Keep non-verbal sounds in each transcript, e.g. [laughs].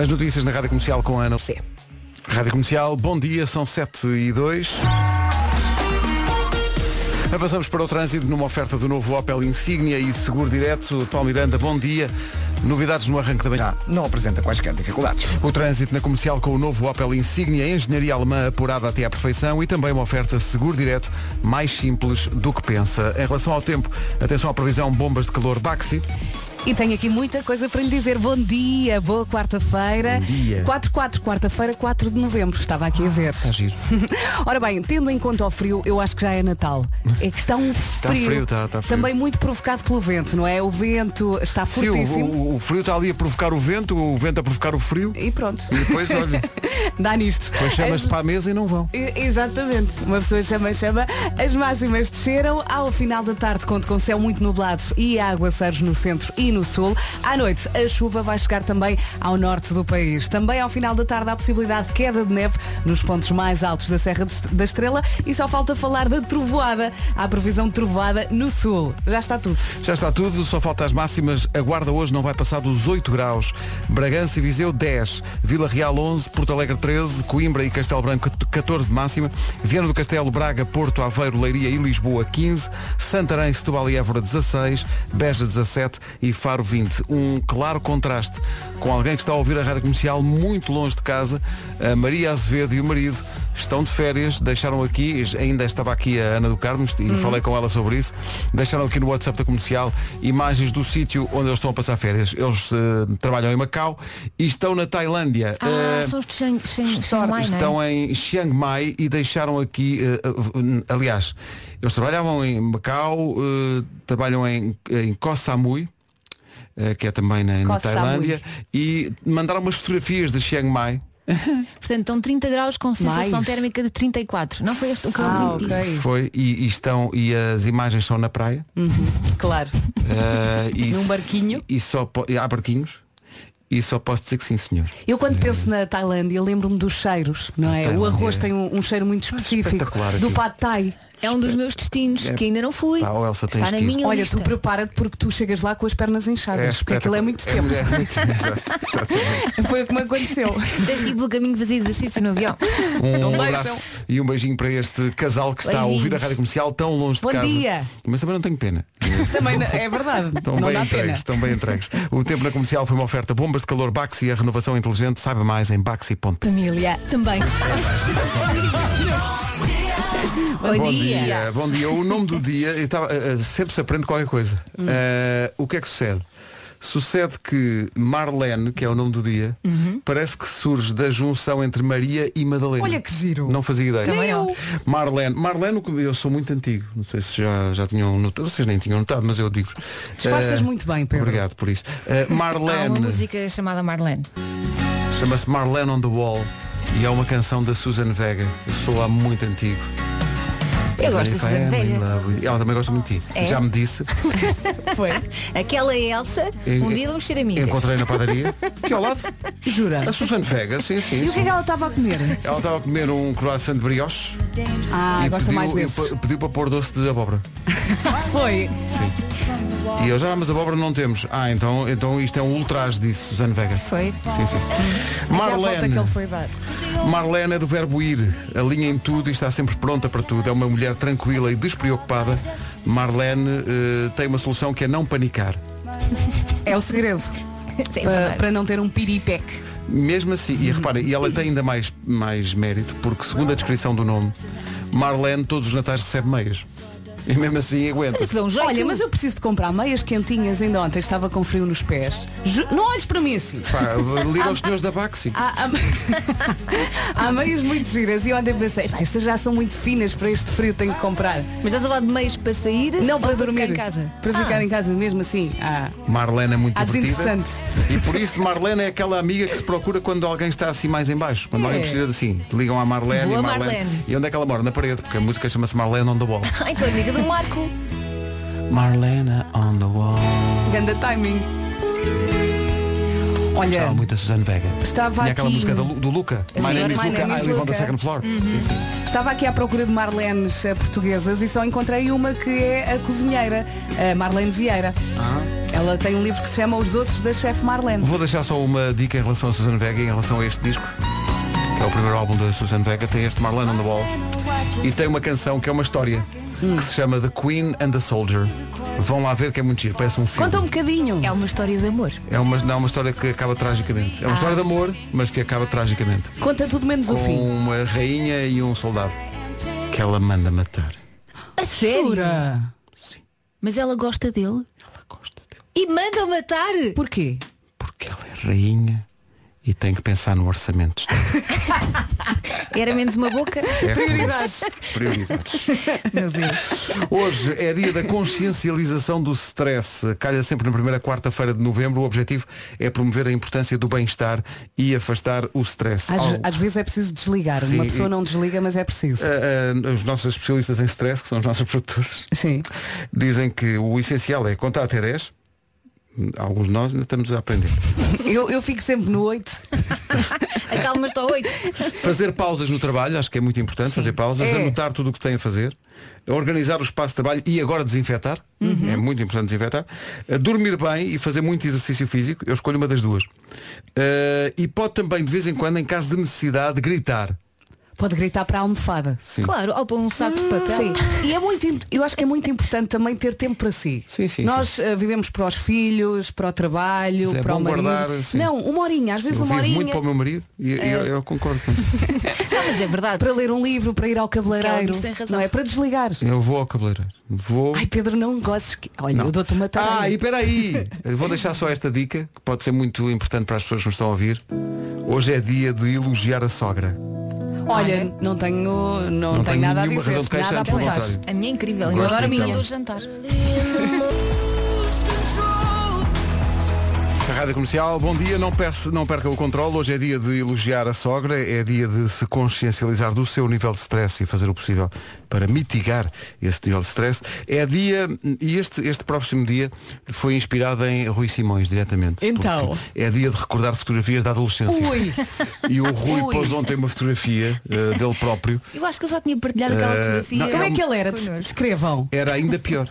As notícias na Rádio Comercial com a Ana. Sim. Rádio Comercial, bom dia, são 7 e 2. Avançamos para o trânsito numa oferta do novo Opel Insignia e Seguro Direto. Paulo Miranda, bom dia. Novidades no arranque da manhã. Já não apresenta quaisquer dificuldades. O trânsito na comercial com o novo Opel Insignia, engenharia alemã apurada até à perfeição e também uma oferta seguro direto mais simples do que pensa. Em relação ao tempo, atenção à previsão bombas de calor Baxi. E tenho aqui muita coisa para lhe dizer. Bom dia, boa quarta-feira. Bom dia. Ah, tá 4-4, quarta-feira, 4 de novembro. Estava aqui a ver. giro. [laughs] Ora bem, tendo em conta o frio, eu acho que já é Natal. É que está um frio. Tá frio, está- está frio. Também muito provocado pelo vento, não é? O vento está Sim, o, Tá fortíssimo. o- o frio está ali a provocar o vento, o vento a provocar o frio. E pronto. E depois, olha, [laughs] Dá nisto. depois chamas-te As- para a mesa e não vão. E- Exatamente, uma pessoa chama, chama. As máximas desceram. Ao final da tarde, conto com céu muito nublado e há aguaceiros no centro e no sul. À noite, a chuva vai chegar também ao norte do país. Também ao final da tarde, há possibilidade de queda de neve nos pontos mais altos da Serra de Est- da Estrela. E só falta falar da trovoada. Há previsão de trovoada no sul. Já está tudo. Já está tudo, só falta as máximas. A Guarda hoje não vai passar dos 8 graus. Bragança e Viseu 10, Vila Real 11, Porto Alegre 13, Coimbra e Castelo Branco 14 de máxima, Viana do Castelo, Braga, Porto, Aveiro, Leiria e Lisboa 15, Santarém, Setúbal e Évora 16, Beja 17 e Faro 20. Um claro contraste com alguém que está a ouvir a rádio comercial muito longe de casa. A Maria Azevedo e o marido estão de férias, deixaram aqui, ainda estava aqui a Ana do Carmo e falei com ela sobre isso, deixaram aqui no WhatsApp da comercial imagens do sítio onde eles estão a passar férias. Eles eh, trabalham em Macau e estão na Tailândia. Ah, Eh, são os de Chiang- Chiang- Chiang Estão, Mai, não [laughs] é? estão em Chiang Mai e deixaram aqui, eh, eh, aliás, eles trabalhavam em Macau, eh, trabalham em, em Koh Samui, eh, que é também na, na Koh Samui. Tailândia, e mandaram umas fotografias de Chiang Mai. [laughs] Portanto, estão 30 graus com sensação Mais. térmica de 34. Não foi este o que eu Ah, ouvi ok. disso. [laughs] Foi, e, e estão, e as imagens são na praia. Uhum. [laughs] Claro. eh, e, Num barquinho. E só, po- há barquinhos. E só posso dizer que sim, [laughs] senhor. Eu quando penso na Tailândia lembro-me dos cheiros, não é? O Tailândia. Ah, arroz tem um, um cheiro muito específico espetacular do aquilo. pad thai. É um dos meus destinos, É. que ainda não fui. Pá, oh, Elsa, tens Está na que ir. minha Olha, lista. tu prepara-te porque tu chegas lá com as pernas inchadas, porque aquilo é muito tempo. espetacular. É muito- exato, exatamente. Foi o que me aconteceu. [laughs] Tens que ir pelo caminho fazer exercício no avião. Um beijão. abraço e um beijinho para este casal que está a ouvir a Beijinhos. rádio comercial tão longe Bom de casa. dia. Mas também não tenho pena. [laughs] Também não- é verdade. Estão [laughs] não bem dá entregues, pena. estão bem entregues. O tempo na comercial foi uma oferta bombas de calor Baxi e a renovação inteligente. Saiba mais em baxi.pt. Família, também. Bom, dia. Bom dia. O nome do dia, eu estava- eh, eh, sempre se aprende qualquer coisa. Hum. Eh, o que é que sucede? Sucede que Marlene, que é o nome do dia, Uhum. parece que surge da junção entre Maria e Madalena. Olha que giro. Não fazia ideia. Também não. Marlene, Marlene, eu sou muito antigo, não sei se já, já tinham notado, vocês nem tinham notado, mas eu digo. Disfarças Eh, muito bem, Pedro. Obrigado por isso. Eh, Há uma Marlene, música chamada Marlene. chama-se Marlene on the Wall e é uma canção da Susan Vega. Eu sou há muito antigo. Eu gosto de If I Susan am in Vega. love with- Ela também gosta muito de ti. É? Já me disse. Foi. [laughs] Aquela Elsa, um dia vamos ser amigas. Encontrei [laughs] na padaria. Que ao lado. [laughs] Jura. A Susan Vega, sim, sim. E o que é sim. que ela estava a comer? Ela estava a comer um croissant de brioche Ah, e gosta pediu, mais e desses. pe- pediu para pôr doce de abóbora. Foi. E eu já, mas abóbora não temos. Ah, então, então isto é um ultraje, disse Susan Vega. Foi. Sim, sim. E a volta que Marlene. ele foi dar. Marlene é do verbo ir. Alinha em tudo e está sempre pronta para tudo. É uma mulher tranquila e despreocupada. Marlene eh, tem uma solução que é não panicar. É o segredo. Sim, é Para, verdade. para não ter um piripeque. Mesmo assim, e repara, e ela tem ainda mais, mais mérito, porque segundo a descrição do nome, Marlene todos os natais recebe meias. E mesmo assim aguenta. Olha que dá um jeito. Olha, mas eu preciso de comprar meias quentinhas ainda ontem. Estava com frio nos pés. Ju- não olhes para mim assim. Ah. Pá, liga aos senhores da Baxi. Há, há, há meias muito giras e ontem pensei, "Pá, estas já são muito finas para este frio, tenho que comprar. Mas estás a falar de meios para sair? Não ou para dormir. Ficar em casa. Para ficar Ah, em casa mesmo assim. Ah, Marlene é muito Ah, divertida. desinteressante. E por isso Marlene é aquela amiga que se procura quando alguém está assim mais em baixo. Quando É. alguém precisa de assim. Ligam à Marlene Boa e Marlene. Marlene. E onde é que ela mora? Na parede, porque a música chama-se Marlene on the wall. Ai, tu é amiga do Marco. Marlene on the wall. ganda timing. Olha, Gostava É muito da Suzane Vega. Estava Tinha aquela aqui- música da Lu- do Luca. My Sim, name is My Luca, Name is I live on the Luca. Uhum. second floor. Sim, sim. estava aqui à procura de Marlenes eh, portuguesas e só encontrei uma que é a cozinheira, a eh, Marlene Vieira. Ah. Ela Ela tem um livro que se chama Os Doces da Chef Marlene. Vou deixar só uma dica em relação a Susan Vega e em relação a este disco, que é o primeiro álbum da Susan Vega, tem este Marlon on the Wall e tem uma canção que é uma história Hum. que se chama The Queen and the Soldier. Vão lá ver que é muito giro, parece um filme. Conta um bocadinho. É uma história de amor. É uma, não, é uma história que acaba tragicamente. É uma história de amor, mas que acaba tragicamente. Conta tudo menos Ah. o Com fim. uma rainha e um soldado que ela manda matar. A sério? Jura? Mas ela gosta dele Ela gosta dele e manda matar. Porquê? porque ela é rainha e tem que pensar no orçamento. de [laughs] Estado. Era menos uma boca. [laughs] É Prioridades. Meu Deus. Hoje é dia da consciencialização do stress. Calha sempre na primeira quarta-feira de novembro. O objetivo é promover a importância do bem-estar e afastar o stress. Às, Algo- às vezes é preciso desligar. Oh. Sim, uma pessoa e- não desliga, mas é preciso. Ah, ah, os nossos especialistas em stress, que são os nossos produtores, Sim. dizem que o essencial é contar até 10. Alguns de nós ainda estamos a aprender. Eu, eu fico sempre no 8. [laughs] Acalmas-te ao oito. Fazer pausas no trabalho, acho que é muito importante fazer pausas, É. anotar tudo o que tem a fazer, organizar o espaço de trabalho e agora desinfetar. Uhum. É muito importante desinfetar. Uh, Dormir bem e fazer muito exercício físico, eu escolho uma das duas. Uh, e pode também, de vez em quando, em caso de necessidade, gritar. Pode gritar para a almofada. Sim. Claro, ou para um saco de papel. Sim, e é muito, im- eu acho que é muito importante também ter tempo para si. Sim, sim, Nós eh, vivemos para os filhos, para o trabalho, Mas é para o bom marido. guardar, sim. Não, uma horinha, às vezes Eu uma vivo horinha É. muito para o meu marido e e eu, eu concordo. com isso. [laughs] Não, mas é verdade. para ler um livro, para ir ao Ela cabeleireiro. diz, tem razão. Não é para desligar. Eu vou ao cabeleireiro. Vou. Ai Pedro, não gostes que. Olha, Não. eu Tá dou-te uma tarefa. Ah, e peraí! Eu Vou deixar só esta dica, que pode ser muito importante para as pessoas que nos estão a ouvir. Hoje é dia de elogiar a sogra. Olha, não tenho, não, tenho, tenho nada a nenhuma dizer, razão de queixa, nada a antes pelo apontar. contrário. A minha é incrível. Gosto Eu adoro a muito minha dela. do jantar. A Rádio Comercial, bom dia, não, perce, não perca o controle. Hoje é dia de elogiar a sogra, é dia de se consciencializar do seu nível de stress e fazer o possível para mitigar esse nível de stress. É dia, e este, este próximo dia foi inspirado em Rui Simões, diretamente. Então. Porque É dia de recordar fotografias da adolescência. Ui! E o Rui Ui. pôs um ontem uma fotografia eh, dele próprio. Eu acho que eu já tinha partilhado aquela Eh, fotografia. não, Como é que ele era? Des- Connosco. Descrevam. Era ainda [laughs] pior.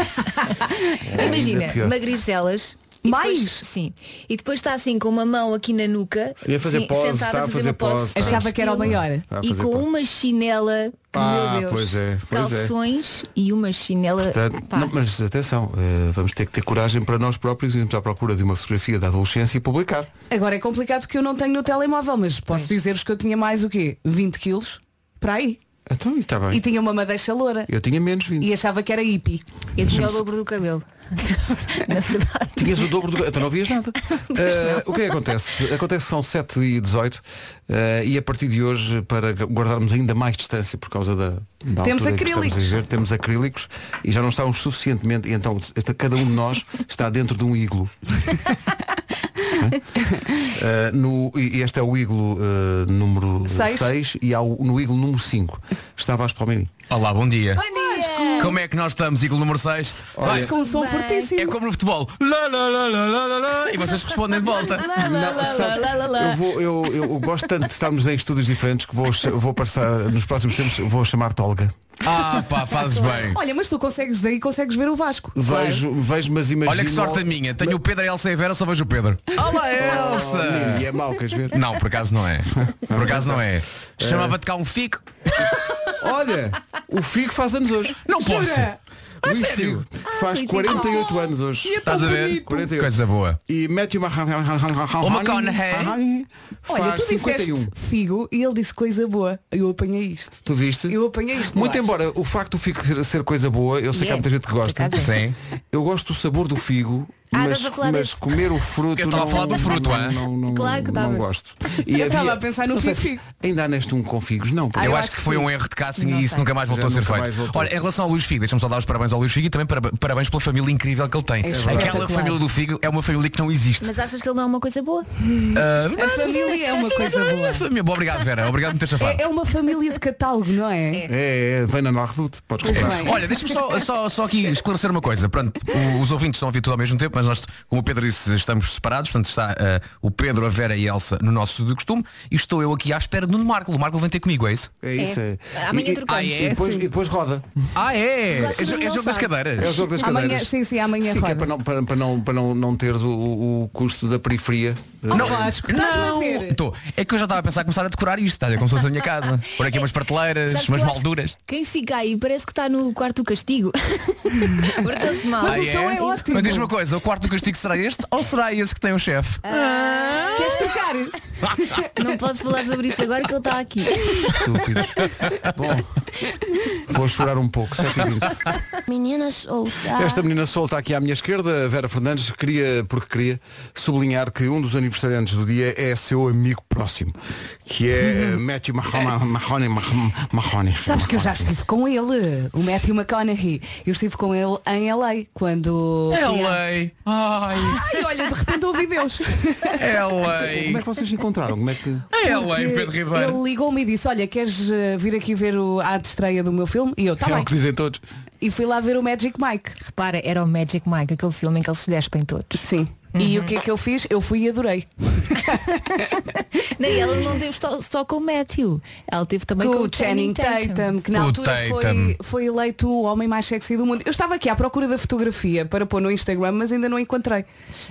Era É ainda Imagina, pior. magricelas. e Mais? depois- sim. E depois está assim com uma mão aqui na nuca. Ia fazer sim, pose, sentada está a fazer fazer uma pose. pose, sem está. Achava que era o estilo. maior. Está a E fazer com pose. uma chinela, que, Ah, meu Deus, pois é, pois é. calções e uma chinela. Portanto, pá. não, mas atenção, eh, vamos ter que ter coragem para nós próprios irmos à procura de uma fotografia da adolescência e publicar. Agora é complicado porque eu não tenho no telemóvel, mas posso dizer-vos que eu tinha mais o quê? 20 quilos? Para aí. Então, e está bem. E tinha uma madeixa loura. Eu tinha menos 20. E achava que era hippie. Eu tinha o dobro do cabelo. na verdade. Tinhas o dobro do. Então não vias nada. Eh, o que é que acontece? Acontece que são 7 e 18 eh, e a partir de hoje, para guardarmos ainda mais distância por causa da. da Temos altura em que acrílicos. estamos a viver, temos acrílicos e já não estávamos suficientemente. E então esta- cada um de nós está dentro de um iglo. Eh, no, e este é o iglo eh, número Seis. 6 e há o, no iglo número 5. Estava às Palmeiras. Olá, bom dia. Vasco! Como é que nós estamos, ícone número 6? Mas com um som Bem. fortíssimo. É como no futebol. Lá, lá, lá, lá, lá, lá, lá, e vocês respondem de volta. é? sabe, Eu, vou, eu, eu gosto tanto de estarmos em estúdios diferentes que vou, cha- vou passar, nos próximos tempos, vou chamar-te Olga. Ah, pá, fazes bem. Olha, mas tu consegues daí, consegues ver o Vasco. Vejo, vejo, mas imagino. Olha que sorte a minha. Tenho o Pedro, a Elsa e a Vera, só vejo o Pedro. Olá, Oh, e Elsa! é mau, queres ver? Não, por acaso não é. Por acaso não [laughs] é. Chamava-te cá um fico. Olha, o Figo faz anos hoje. Não posso. Jura? Luís sério? Figo faz Luís Figo. 48 anos hoje. Estás a ver? 48. Coisa boa. E Matthew O McConaughey. McConaughey faz Olha, tu 51. disseste figo e ele disse coisa boa. Eu apanhei isto. Tu viste? Eu apanhei isto. Muito Vasco. embora o facto do figo ser- ser coisa boa, eu sei que há Yeah. muita gente que gosta. Por acaso é. Sim. Eu gosto do sabor do figo, Ah, mas, estás a falar mas desse. comer o fruto. Eu estava a não- falar do fruto, é? não, hã? não, não, Claro que não [laughs] estava. gosto. Eu estava a pensar no não sei se- figo. Ainda há neste um com figos, não. Ah, Eu, eu acho acho que foi que um sim. erro de casting Não e isso sei. nunca mais voltou Já a ser nunca feito. mais voltou. Olha, em relação ao Luís Figo, deixa-me só dar os parabéns ao Luís Figo e também para- parabéns pela família incrível que ele tem. Aquela espetacular. família do Figo é uma família que não existe. Mas achas que ele não é uma coisa boa? Ah, A família é uma coisa boa. a família- Bom, Obrigado, Vera. Obrigado por ter chafado. É, é uma família de catálogo, não é? É, é, vem na Marredoute, podes comprar. bem. Olha, deixa-me só, só, só aqui esclarecer uma coisa. Pronto, o- os ouvintes estão a ouvir tudo ao mesmo tempo, mas nós, como o Pedro disse, estamos separados. Portanto, está ah, o Pedro, a Vera e a Elsa no nosso estúdio de costume. E estou eu aqui à espera do Nuno Marco. O Marco vem ter comigo, é isso? É isso. É. Amanhã E- e, trocamos. Ah, é? e depois, e depois roda. Ah, é? Gosto És, do és jogo das sabe. cadeiras. É o jogo das Amanhã- cadeiras. sim, sim, amanhã Sim, que é roda. para não, para, para não, para não, não teres o, o custo da periferia. Não, Oh, Vasco, estás-me a ver. Estou. É que eu já estava a [laughs] pensar em começar a decorar isto, estás a ver? Como se fosse a minha casa. Por aqui umas Sabes prateleiras, que umas eu acho molduras. que Quem fica aí parece que está no quarto [laughs] do castigo. Portou-se mal. Mas o som é ótimo. Ah, Mas diz uma coisa, o quarto do castigo será este ou será esse que tem o chefe? Ah. Queres trocar? Ah. [laughs] Não posso falar sobre isso agora que ele [laughs] está aqui. Estúpidos. Bom, vou chorar um pouco, 7 h 20 Meninas ou Ah. Esta menina solta aqui à minha esquerda, a Vera Fernandes, queria, porque queria, sublinhar que um dos aniversariantes do dia é seu amigo próximo, que [laughs] é eh, Matthew Mahoma- Mahoney. Mahom- Mahoney. Sabes que eu já estive com ele, o Matthew McConaughey. Eu estive com ele em LA quando. É fui a- lei. Ai, Ai, olha, de repente ouvi Deus. é lei. Como é que vocês se encontraram? Como é que... É Porque lei, Pedro Ribeiro. Ele ligou-me e disse, olha, queres eh, vir aqui ver o, a estreia do meu filme? E eu, tá É bem. o que dizem todos. E fui lá ver o Magic Mike. Repara, era o Magic Mike, aquele filme em que eles se despem todos. Uhum. Sim. Uhum. E o que é que eu fiz? Eu fui e adorei. [laughs] Nem ela não teve só, só com o Matthew. Ela teve também com, com o Channing Tatum, que na O altura Tatum. foi, foi eleito o homem mais sexy do mundo. Eu estava aqui à procura da fotografia para pôr no Instagram, mas ainda não encontrei.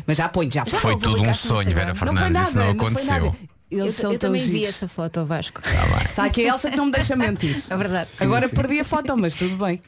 Mas já ponho, já ponho. Foi não tudo um publicaste no sonho, Vera Instagram. Não foi Fernandes. nada, Isso não foi nada. aconteceu. Tá Eu, Eles são eu tão também vi giros. essa foto, ao Vasco. Está aqui a Elsa Tá, que não me deixa mentir. É verdade. Agora perdi a foto, mas tudo bem.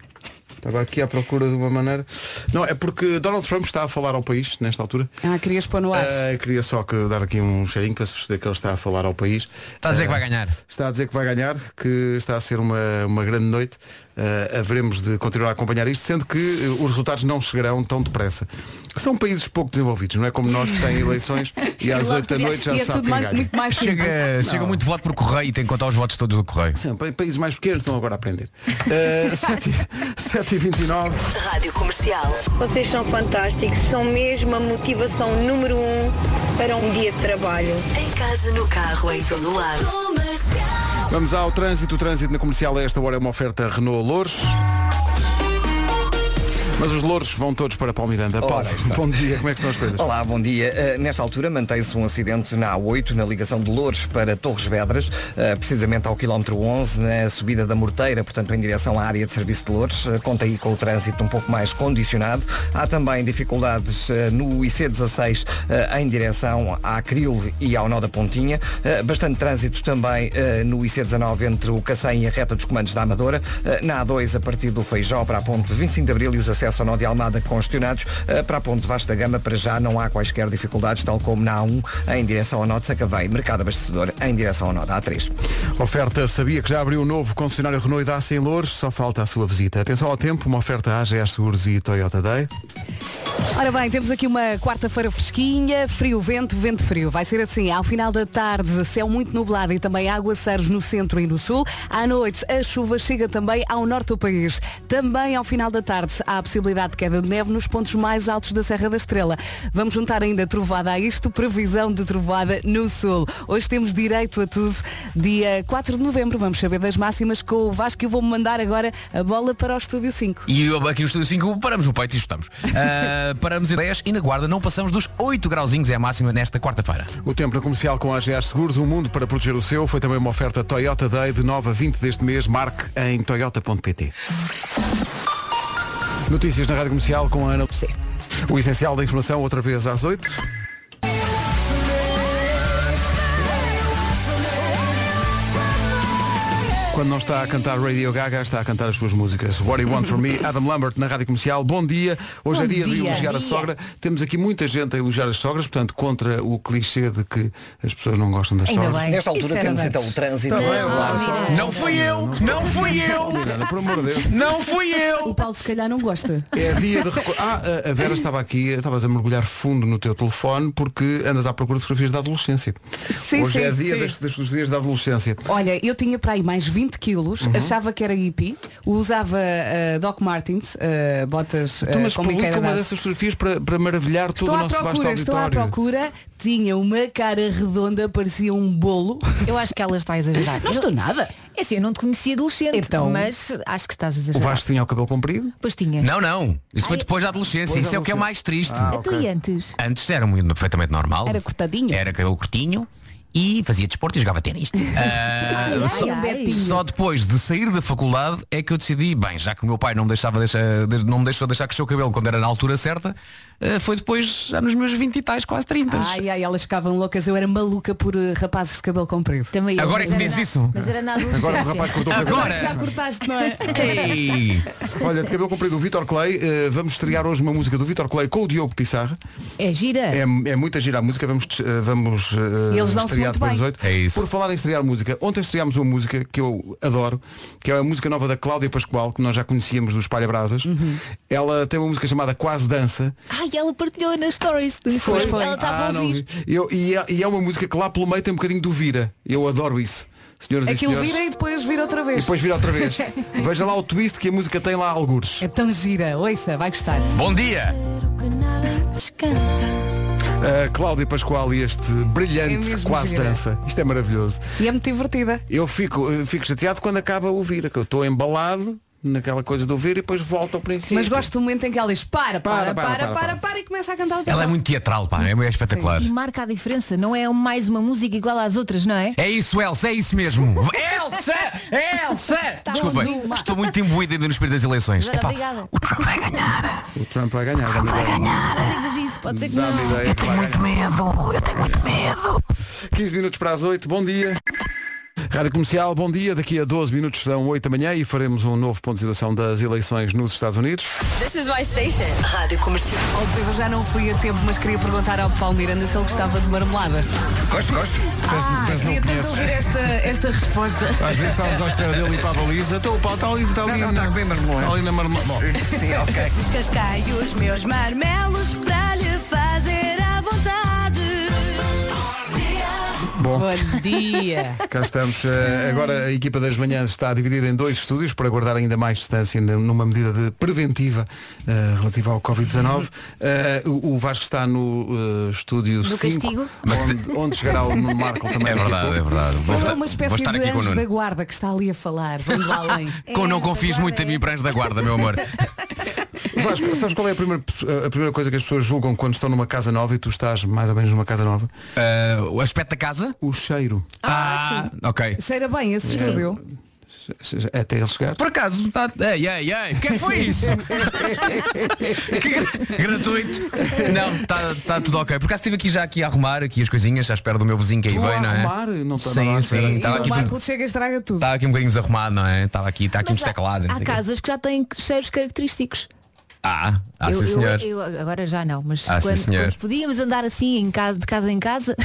Estava aqui à procura de uma maneira. Não, é porque Donald Trump está a falar ao país, nesta altura. Ah, querias pôr no ar. Ah, queria só que dar aqui um cheirinho para se perceber que ele está a falar ao país. Está a dizer Ah, que vai ganhar. Está a dizer que vai ganhar, que está a ser uma, uma grande noite. Ah, haveremos de continuar a acompanhar isto, sendo que eh, os resultados não chegarão tão depressa. São países pouco desenvolvidos, não é como nós que têm [laughs] eleições e às logo 8 da noite já e se é sabe tudo quem mais- ganha. muito mais simples. Chega, chega muito voto por correio e tem que contar os votos todos do correio. Sim, pa- países mais pequenos estão agora a aprender. [laughs] Ah, 7 7h29. Rádio Comercial. Vocês são fantásticos, são mesmo a motivação número um para um dia de trabalho. Em casa, no carro, em todo lado. Vamos ao trânsito. O trânsito na comercial a esta hora é uma oferta Renault Louros. Mas os louros vão todos para Paulo Miranda. Paulo, Ora, aí está. bom dia, como é que estão as coisas? Olá, bom dia. Eh, nesta altura mantém-se um acidente na A8, na ligação de Loures para Torres Vedras, eh, precisamente ao quilómetro 11, na subida da Morteira, portanto em direção à área de serviço de Loures. Eh, conta aí com o trânsito um pouco mais condicionado. Há também dificuldades eh, no IC16 eh, em direção à Cril e ao Nó da Pontinha. Eh, bastante trânsito também eh, no IC19 entre o Cacém e a reta dos comandos da Amadora. Eh, na A2, a partir do Feijó para a ponte de 25 de Abril e os acessos ao Nó de Almada congestionados. Eh, para a ponte de Vasta Gama, para já não há quaisquer dificuldades, tal como na A1 em direção ao Nó de Sacavém. Mercado abastecedor em direção ao Nó da A3. Oferta sabia que já abriu o novo concessionário Renault e Dacia em Louros, só falta a sua visita. Atenção ao tempo, uma oferta AGS Seguros e Toyota Day. Ora bem, temos aqui uma quarta-feira fresquinha, frio, vento, vento frio. Vai ser assim, ao final da tarde, céu muito nublado e também aguaceiros no centro e no sul. À noite, a chuva chega também ao norte do país. Também ao final da tarde, há a possibilidade de queda de neve nos pontos mais altos da Serra da Estrela. Vamos juntar ainda trovada a isto, previsão de trovada no sul. Hoje temos direito a tudo. Dia 4 de novembro, vamos saber das máximas com o Vasco. Eu vou-me mandar agora a bola para o Estúdio 5. E eu, aqui no Estúdio 5 paramos no peito e [laughs] estamos. Ah, paramos em 10 e na guarda não passamos dos 8 grauzinhos, é a máxima nesta quarta-feira. O tempo na comercial com a AGS Seguros, o mundo para proteger o seu, foi também uma oferta Toyota Day de 9 a 20 deste mês. Marque em toyota.pt. Notícias na Rádio Comercial com a Ana Pessé. O essencial da informação, outra vez às 8. Quando não está a cantar Radio Gaga, está a cantar as suas músicas. What You Want From Me, Adam Lambert na Rádio Comercial. Bom dia. Hoje Bom é dia, de dia. elogiar a Dia. sogra. Temos aqui muita gente a elogiar as sogras, portanto, contra o clichê de que as pessoas não gostam das Ainda sogras. bem. Nesta altura era temos antes. então o trânsito. Tá bem, Não, olá, claro. sogra. Não fui eu! Não fui eu! Miranda, por amor de Deus. Não fui eu! O Paulo se calhar não gosta. É dia de recor- Ah, a- a Vera estava aqui, estavas a mergulhar fundo no teu telefone porque andas à procura de fotografias da adolescência. Sim, Hoje é sim, dia sim. das, das fotografias da adolescência. Olha, eu tinha para aí mais 20 quilos, Uhum. achava que era hippie, usava ah, Doc Martins, ah, botas ah, Então, mas com publica biqueira uma nada. dessas fotografias para, para maravilhar todo Estou o à nosso vasto procura, auditório. estou à procura, tinha uma cara redonda, parecia um bolo. Eu acho que ela está a exagerar. Não Eu- estou nada. É assim, eu não te conhecia adolescente, Então. mas acho que estás a O exagerar. Vasco tinha o cabelo comprido. Pois tinha. Não, não. Isso foi Ai, depois da adolescência. depois da Isso é o que é adolescência. mais triste. Ah, A tu ok. e antes? Antes era muito perfeitamente normal. Era cortadinho. Era cabelo curtinho. e fazia desporto e jogava [laughs] ténis. Ah, Ai, ai, só, ai. só depois de sair da faculdade é que eu decidi, bem, já que o meu pai não me, deixava deixar, de- não me deixou deixar crescer o cabelo quando era na altura certa, ah, foi depois já nos meus 20 e tais, quase 30. Ai, ai, elas ficavam loucas. Eu era maluca por eh, rapazes de cabelo comprido. Também eu, Agora é mas que era diz na- isso. Mas era na adolescência. Agora o rapaz cortou o cabelo. Agora! Já cortaste, não é? Ei! Olha, de cabelo comprido, o Vitor Clay. eh, vamos estrear hoje uma música do Vitor Clay com o Diogo Pissarra. É gira. É, é muita gira a música, vamos, eh, vamos eh, Eles dão-se estrear muito depois das bem. oito. É isso. Por falar em estrear música, ontem estreámos uma música que eu adoro, que é a música nova da Cláudia Pascoal, que nós já conhecíamos do Espalha Brasas. Uhum. Ela tem uma música chamada Quase Dança. Ai, ela partilhou nas stories. do Instagram. Ela estava Ah, a não ouvir. vi. Eu- e, é, e é uma música que lá pelo meio tem um bocadinho do vira. Eu adoro isso. Senhoras e Aquilo senhores. vira e depois vira outra E vez. depois vira outra [laughs] vez. Veja lá o twist que a música tem lá a algures. É tão gira. Ouça, vai gostar. Bom dia! A Cláudia Pascoal e este É brilhante mesmo Quase gira. Dança. Isto é maravilhoso. E é muito divertida. Eu fico, eu fico chateado quando acaba o vira, que eu estou embalado naquela coisa do vira e depois volto ao princípio. Mas gosto do momento em que ela diz para, para, para, para, para, para, e começa a cantar o Ela é muito teatral, pá, é é espetacular. E marca a diferença. Não é mais uma música igual às outras, não é? É isso, Elsa, é isso mesmo. Elsa! Elsa! [laughs] Tá Desculpa, bom, Numa. estou muito imbuído ainda no espírito das eleições. Agora, Epá, obrigada. o Trump vai ganhar. O Trump vai ganhar. Dá-me ideia. Não digas isso, pode ser que Dá-me não. ideia. que vai ganhar. Medo, eu tenho muito medo. 15 minutos para as 8, bom dia. Rádio Comercial, bom dia. Daqui a 12 minutos são 8 da manhã e faremos um novo ponto de situação das eleições nos Estados Unidos. This is my station. Rádio Comercial. Oh, Pedro, já não fui a tempo, mas queria perguntar ao Paulo Miranda se ele gostava de marmelada. Gosto, gosto. Ah, mas não queria tanto conheces. ouvir esta, esta resposta. Às vezes estávamos à espera dele ir para a baliza. Então o pau está ali, está ali, Não, não, na- está bem marmelada. está ali na marmelada. Bom, Sim, ok. Descascai os meus marmelos para lhe fazer à vontade. bom, Bom dia. cá estamos. Eh, Agora a equipa das manhãs está dividida em dois estúdios para guardar ainda mais distância n- numa medida de preventiva eh, relativa ao Covid-19. Eh, o o Vasco está no eh, estúdio No 5, castigo. onde, onde chegará o Nuno Marco também. É daqui a verdade, pouco. é verdade. Vou, Ele é estar, uma vou espécie estar de aqui com o anjo da Nuno. guarda que está ali a falar. Vamos [laughs] além. [laughs] Com- não É, confies da muito guarda, em mim é. para anjo da guarda, meu amor. Vasco, sabes qual é a primeira, pe- a primeira coisa que as pessoas julgam quando estão numa casa nova e tu estás mais ou menos numa casa nova? Ah, o aspecto da casa? O cheiro. Ah, ok. Cheira bem, esse estúdio. Até ele É chegar. Por acaso, tá... ei, ei, ei, o que é que foi [laughs] isso? que gra- gratuito. Não, está tá tudo ok. Por acaso estive aqui já aqui a arrumar aqui as coisinhas, à espera do meu vizinho que aí Tu a vem, não é? arrumar? Não estava lá à sim, espera. sim. E Estava e o aqui, tudo- Marco chega e estraga tudo. estava aqui um bocadinho desarrumado, não é? Estava aqui, está aqui uns Mas há- teclados. Ah, não Há sei o quê. casas que já têm cheiros característicos. Ah, ah, eu, sim eu- senhor. eu- agora já não, mas Ah, sim, quando, senhor. quando podíamos andar assim em casa, de casa em [laughs] casa.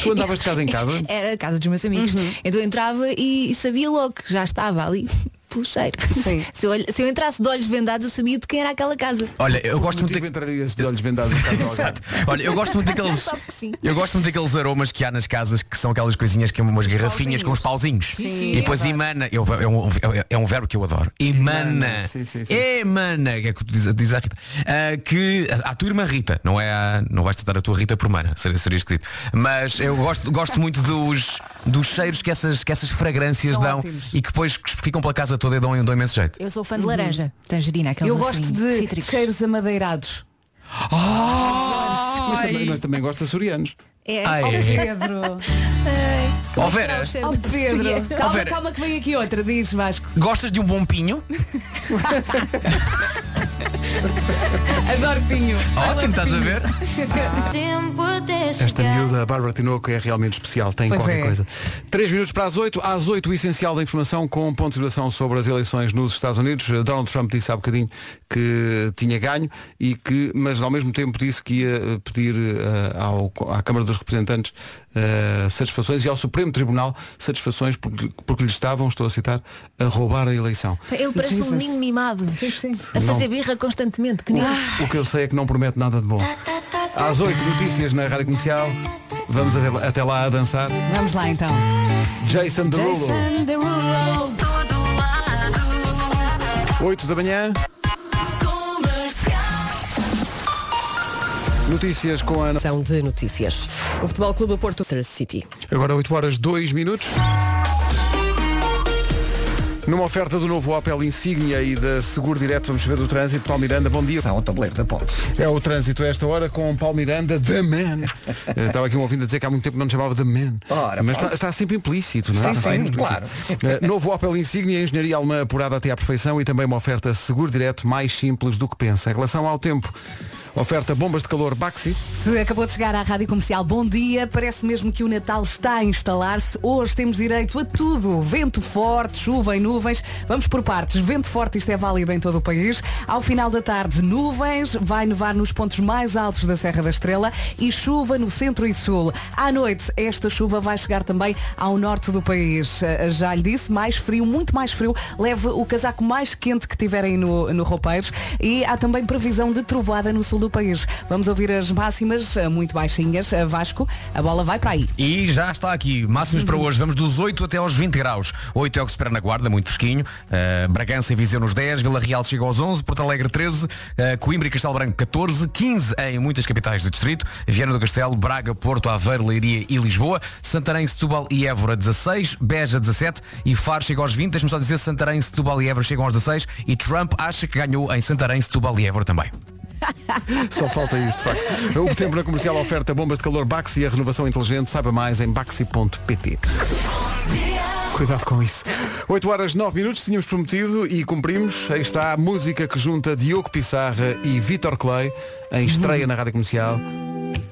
Tu andavas de casa em casa? [laughs] Era a casa dos meus amigos. Uhum. Então eu entrava e, e sabia logo que já estava ali [laughs] pelo cheiro. Sim. Se, eu, olh- se eu entrasse de olhos vendados, eu sabia de quem era aquela casa. Olha, eu gosto muito Motivo de... entrarias de olhos vendados [laughs] em casa de alguém. Olha, eu gosto muito [laughs] daqueles. Sabe que sim. Eu gosto muito daqueles aromas que há nas casas que são aquelas coisinhas que umas garrafinhas com os pauzinhos. sim, e depois emana. Eu, é, um, é um verbo que eu adoro. Emana. Sim, sim, sim. Emana. É que tu diz, diz à Rita. Ah, que a, a tua irmã Rita, não é a, Não vais tratar a tua Rita por mana, seria, seria esquisito. Mas eu gosto, gosto muito dos, dos cheiros que essas, que essas fragrâncias São dão ótimos. e que depois ficam pela casa toda e dão, dão imenso jeito. Eu sou fã de laranja, tangerina, aqueles Uhum. Eu gosto assim, de cítricos. cheiros amadeirados. Mas também, mas também gosto de açorianos. É. Ai, Oh é. Pedro, Ó, Vera, oh Pedro, Oh, calma, Vera. calma que vem aqui outra, diz Vasco. gostas de um bom pinho? [laughs] Adoro pinho. Ótimo, estás a [laughs] ver? Tempo até Esta miúda, a Bárbara Tinoco, é realmente especial, tem Pois qualquer é. coisa. 3 minutos para as 8, às 8 o essencial da informação com um ponto de situação sobre as eleições nos Estados Unidos. Donald Trump disse há bocadinho que tinha ganho e que, mas ao mesmo tempo disse que ia eh, pedir eh, ao, à Câmara dos Representantes eh, satisfações e ao Supremo Tribunal satisfações porque, porque lhe estavam, estou a citar, a roubar a eleição. Ele parece Jesus. um ninho mimado. A fazer birra constantemente. Que ninho. O que eu sei é que não promete nada de bom. Às 8 notícias na Rádio Comercial. Vamos até- até lá a dançar. Vamos lá então. Jason Derulo. Jason Derulo. 8 da manhã. Notícias com a Ana. São de notícias. O Futebol Clube do Porto Third City. Agora 8 horas 2 minutos. Numa oferta do novo Opel Insignia e da Seguro Direto, vamos saber do trânsito. Paulo Miranda, bom dia. São ao tabuleiro da ponte. É o trânsito a esta hora com Paulo [laughs] Miranda, The Man. Eh, Estava aqui um ouvindo a dizer que há muito tempo não nos chamava The Man. Ora, Mas tá, pronto. está, está sempre implícito, não é? Está sempre, implícito. claro. Eh, novo Opel Insignia, engenharia alemã apurada até à perfeição e também uma oferta Seguro Direto mais simples do que pensa. Em relação ao tempo, oferta bombas de calor Baxi. Se acabou de chegar à Rádio Comercial, bom dia. Parece mesmo que o Natal está a instalar-se. Hoje temos direito a tudo. Vento forte, chuva e nuvens. Vamos por partes. Vento forte, isto é válido em todo o país. Ao final da tarde, nuvens. Vai nevar nos pontos mais altos da Serra da Estrela e chuva no centro e sul. À noite, esta chuva vai chegar também ao norte do país. Eh, Já lhe disse, mais frio, muito mais frio. Leve o casaco mais quente que tiverem no, no roupeiros. E há também previsão de trovoada no sul do país. Vamos ouvir as máximas eh, muito baixinhas. Eh, Vasco, a bola vai para aí. E já está aqui, máximos para hoje, vamos dos 8 até aos 20 graus. 8 é o que se espera na Guarda, muito fresquinho. Uh, Bragança e Viseu nos 10, Vila Real chega aos 11, Porto Alegre 13, uh, Coimbra e Castelo Branco 14, 15 em muitas capitais do distrito, Viana do Castelo, Braga, Porto, Aveiro, Leiria e Lisboa, Santarém, Setúbal e Évora 16, Beja 17 e Faro chega aos 20, deixe-me só dizer Santarém, Setúbal e Évora chegam aos 16 e Trump acha que ganhou em Santarém, Setúbal e Évora também. Só falta isso, de facto. O tempo na comercial oferta bombas de calor Baxi e a renovação inteligente. Saiba mais em baxi.pt. Cuidado com isso. 8 horas 9 minutos, tínhamos prometido e cumprimos. Aí está a música que junta Diogo Pissarra e Vitor Clay em estreia na rádio comercial.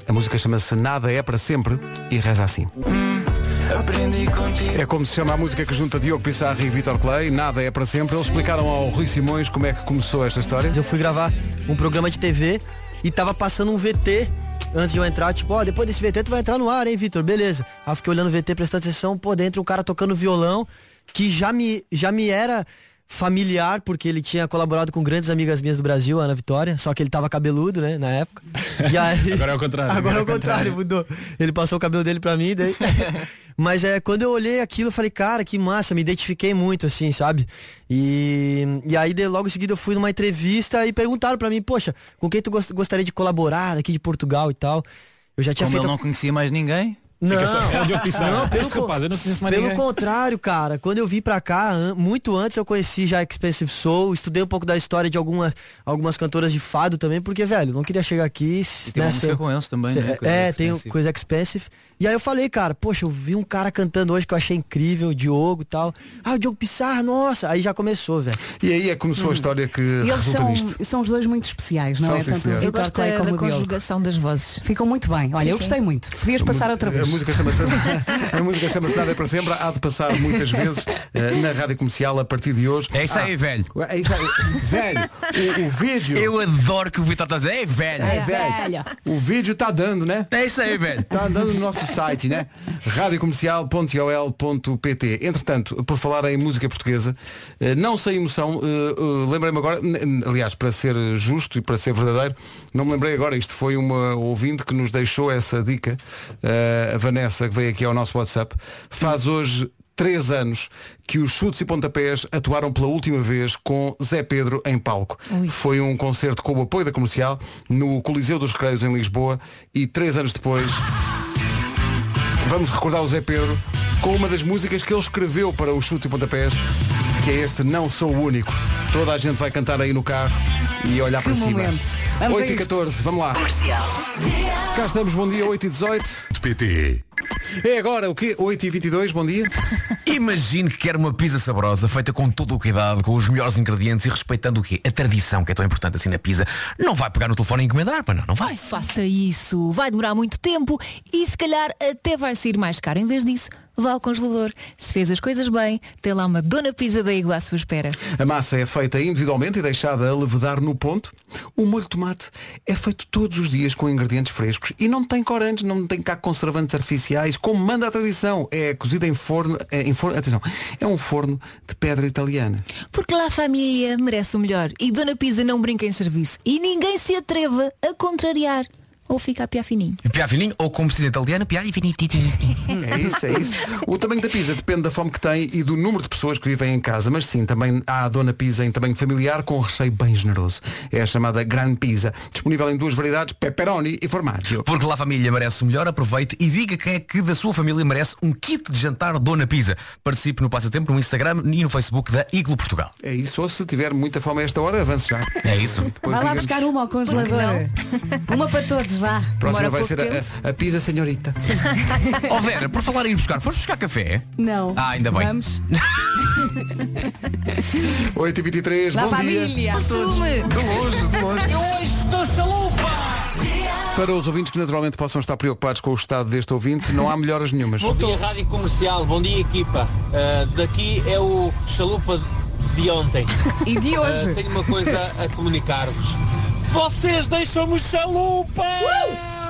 A música chama-se Nada é para sempre e reza assim. É como se chama a música que junta Diogo Pissarra e Vitor Clay. Nada é para sempre. Eles explicaram ao Rui Simões como é que começou esta história. Eu fui gravar um programa de TV e tava passando um VT antes de eu entrar, tipo, ó, depois desse VT tu vai entrar no ar, hein, Vitor? Beleza. Aí eu fiquei olhando o VT, prestando atenção, pô, dentro o cara tocando violão, que já me, já me era familiar, porque ele tinha colaborado com grandes amigas minhas do Brasil, a Ana Vitória, só que ele tava cabeludo, né, na época. E aí- Agora é o contrário. Agora é o contrário, mudou. Ele passou o cabelo dele pra mim, daí. Mas é, quando eu olhei aquilo, eu falei, cara, que massa, me identifiquei muito, assim, sabe? E, e aí, de, logo em seguida, eu fui numa entrevista e perguntaram pra mim, poxa, com quem tu gost- gostaria de colaborar aqui de Portugal e tal? Eu já tinha Como feito. eu não conhecia mais ninguém, Não. fica só onde eu Não, pisava. pelo este con- rapaz, eu não conheço mais Pelo ninguém. contrário, cara, quando eu vim pra cá, an- muito antes eu conheci já Expensive Soul, estudei um pouco da história de algumas, algumas cantoras de fado também, porque, velho, não queria chegar aqui. E tem uma nessa- música com eles também, né? Cê- Coisa é, tem expensive. coisa expensive. E aí eu falei, cara, poxa, eu vi um cara cantando hoje que eu achei incrível, o Diogo e tal. Ah, o Diogo Pissarra, nossa. Aí já começou, velho. E aí é que começou a história que E eles Eh, resulta são, nisto. são os dois muito especiais, não São, é? sim, Tanto o senhora. Eu Vitor gosto Clay da, como da o Diogo. conjugação das vozes. Ficam muito bem. Olha, Sim, eu sim. gostei muito. Podias passar outra A vez. música chama-se A música chama-se Nada é para sempre, há de passar muitas vezes eh, na rádio comercial a partir de hoje. É isso aí, velho. É isso aí. [laughs] Velho, o, o vídeo. Eu adoro que o Vitor está a dizer, ei, velho. É, velho. O vídeo está dando, né? É isso aí, velho. Está andando no nosso site, né? radiocomercial.ol.pt Entretanto, por falar em música portuguesa, eh, não sem emoção, eh, eh, lembrei-me agora, n- n- aliás, para ser justo e para ser verdadeiro, não me lembrei agora, isto foi uma ouvinte que nos deixou essa dica, eh, a Vanessa, que veio aqui ao nosso WhatsApp, faz hoje três anos que os chutes e pontapés atuaram pela última vez com Zé Pedro em palco. Ui. Foi um concerto com o apoio da comercial no Coliseu dos Recreios em Lisboa e três anos depois vamos recordar o Zé Pedro com uma das músicas que ele escreveu para os chutes e pontapés, que é este Não Sou o Único. Toda a gente vai cantar aí no carro e olhar Que para momento. cima. Vamos a 8 e isto. 14, vamos lá. Cá estamos, bom dia, 8 e 18. PT. É agora o quê? 8 e 22, bom dia. Imagino que quer uma pizza saborosa feita com todo o cuidado, com os melhores ingredientes e respeitando o quê? A tradição que é tão importante assim na pizza. Não vai pegar no telefone e encomendar, pá, não, não vai. Ai, faça isso. Vai demorar muito tempo e se calhar até vai sair mais caro. Em vez disso, vá ao congelador. Se fez as coisas bem, tem lá uma dona pizza da Igua à sua espera. A massa é feita individualmente e deixada a levedar no ponto. O molho de tomate é feito todos os dias com ingredientes frescos e não tem corantes, não tem cá conservantes artificiais, como manda a tradição. É cozida em forno, é, em forno, atenção, é um forno de pedra italiana. Porque lá a família merece o melhor e Dona Pizza não brinca em serviço. E ninguém se atreva a contrariar. ou fica a piar fininho. Piar fininho ou como se diz em italiano, piar infinitito. [laughs] É isso, é isso. O tamanho da pizza depende da fome que tem e do número de pessoas que vivem em casa, mas sim, também há a Dona Pizza em tamanho familiar com um recheio bem generoso. É a chamada Gran Pizza, disponível em duas variedades, pepperoni e formaggio. Porque lá a família merece o melhor, aproveite e diga quem é que da sua família merece um kit de jantar Dona Pizza. Participe no Passatempo, no Instagram e no Facebook da Iglo Portugal. É isso, ou se tiver muita fome a esta hora, avance já. É isso. Depois Vai lá diga-nos. buscar uma ao congelador. uma para todos, vá. Próxima Demora vai pouco ser a, a, a pizza senhorita. [laughs] Ó Vera, por falar em ir buscar, foste buscar café? Não. Ah, ainda bem. Vamos. 8h23, Lá bom dia. família. Assume! De longe, de longe. Para os ouvintes que naturalmente possam estar preocupados com o estado deste ouvinte, não há melhoras nenhumas. Bom dia, Rádio Comercial. Bom dia, equipa. Ah, daqui é o Chalupa de ontem. [laughs] E de Ah, hoje. tenho uma coisa a comunicar-vos. Vocês deixam-me chalupa!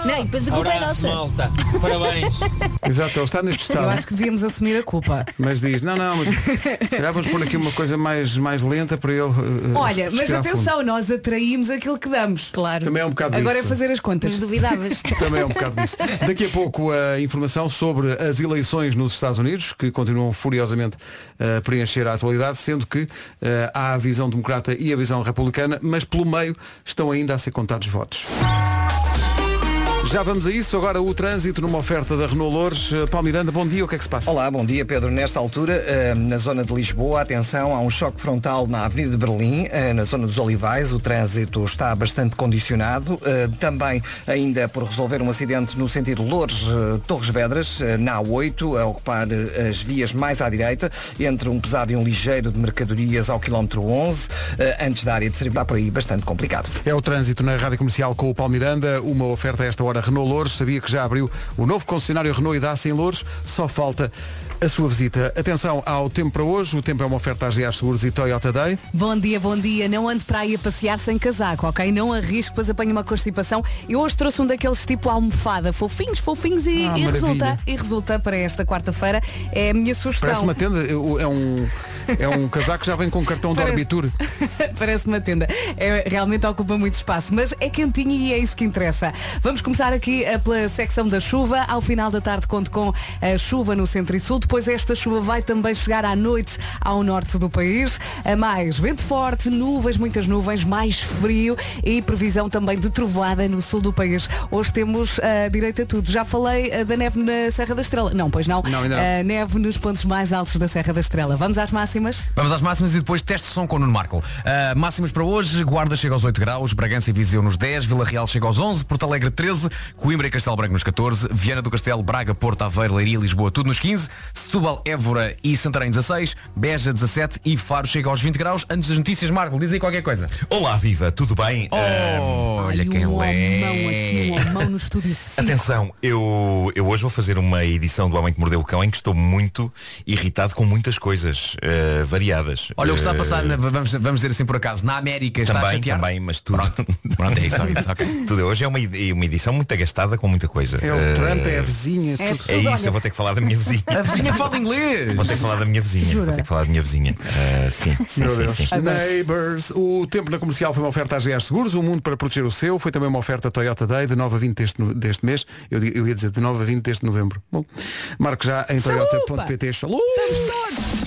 Não, e depois a culpa é Abraço, nossa. malta. Parabéns. Exato, ele está neste Eu estado. acho que devíamos assumir a culpa. Mas diz, não, não, mas se calhar vamos pôr aqui uma coisa mais, mais lenta para ele. eh, Olha, mas respirar fundo. atenção, nós atraímos aquilo que damos. Claro. Também é um bocado Agora é isso. fazer as Mas contas. duvidavas. [laughs] Também é um bocado disso. Daqui a pouco a informação sobre as eleições nos Estados Unidos, que continuam furiosamente eh, a preencher a atualidade, sendo que eh, há a visão democrata e a visão republicana, mas pelo meio estão ainda a ser contados votos. Já vamos a isso, agora o trânsito numa oferta da Renault Loures. Eh, Paulo Miranda, bom dia, o que é que se passa? Olá, bom dia Pedro. Nesta altura, eh, na zona de Lisboa, atenção, há um choque frontal na Avenida de Berlim, eh, na zona dos Olivais. O trânsito está bastante condicionado. Eh, Também ainda por resolver um acidente no sentido Loures-Torres Vedras, eh, na A8, a ocupar eh, as vias mais à direita, entre um pesado e um ligeiro de mercadorias ao quilómetro 11, eh, antes da área de serviço. Dá por aí bastante complicado. É o trânsito na Rádio Comercial com o Paulo Miranda, uma oferta a esta hora Renault Louros, sabia que já abriu o novo concessionário Renault e Dacia em Louros, só falta a sua visita. Atenção ao tempo para hoje, o tempo é uma oferta às GA Seguros e Toyota Day. Bom dia, bom dia. Não ande para aí a passear sem casaco, ok? Não arrisco, pois apanho uma constipação. Eu hoje trouxe um daqueles tipo almofada, fofinhos, fofinhos e, Ah, e maravilha. resulta. E resulta para esta quarta-feira. É a minha sugestão. Parece uma tenda, é um, é um casaco que já vem com cartão de Parece. Arbitur. [laughs] Parece uma tenda. É, realmente ocupa muito espaço, mas é quentinho e é isso que interessa. Vamos começar aqui eh, pela secção da chuva. Ao final da tarde conto com a chuva no centro e sul. Depois esta chuva vai também chegar à noite ao norte do país. A mais vento forte, nuvens, muitas nuvens, mais frio e previsão também de trovoada no sul do país. Hoje temos eh, direito a tudo. Já falei eh, da neve na Serra da Estrela. Não, pois não. Não, ainda não. Eh, neve nos pontos mais altos da Serra da Estrela. Vamos às máximas? Vamos às máximas e depois teste de som com o Nuno Marco. Ah, máximas para hoje, Guarda chega aos 8 graus, Bragança e Viseu nos 10, Vila Real chega aos 11, Porto Alegre 13, Coimbra e Castelo Branco nos 14, Viana do Castelo, Braga, Porto Aveiro, Leiria e Lisboa tudo nos 15, Setúbal, Évora e Santarém 16, Beja 17 e Faro chega aos 20 graus. Antes das notícias, Marco, diz aí qualquer coisa. Olá, viva, tudo bem? Oh, Olha Ai, quem um homão aqui, lê. um homão no estúdio. Sim. Atenção, eu, eu hoje vou fazer uma edição do Homem que Mordeu o Cão em que estou muito irritado com muitas coisas eh, variadas. Olha o que está a Eh, passar, na- vamos, vamos dizer assim por acaso, na América, está a Também, chatear. também, mas tudo. Pronto, é isso, é isso, ok. [laughs] tudo. Hoje é uma, ed- uma edição muito agastada com muita coisa. É Eh, o Trump, é a vizinha. É tudo. é tudo, isso, eu olha, vou ter que falar da minha vizinha. A vizinha fala inglês. Vou ter que falar da minha vizinha. Jura? Vou ter que falar da minha vizinha. Eh, sim, [laughs] sim, Meu sim, Deus. sim. Neighbors. O tempo na comercial foi uma oferta às GA Seguros, o mundo para proteger o seu. Foi também uma oferta Toyota Day de 9 a 20 deste, no- deste mês. Eu, di- eu ia dizer de 9 a 20 deste novembro. Bom, marque já em Chalupa! toyota.pt. Chalupa!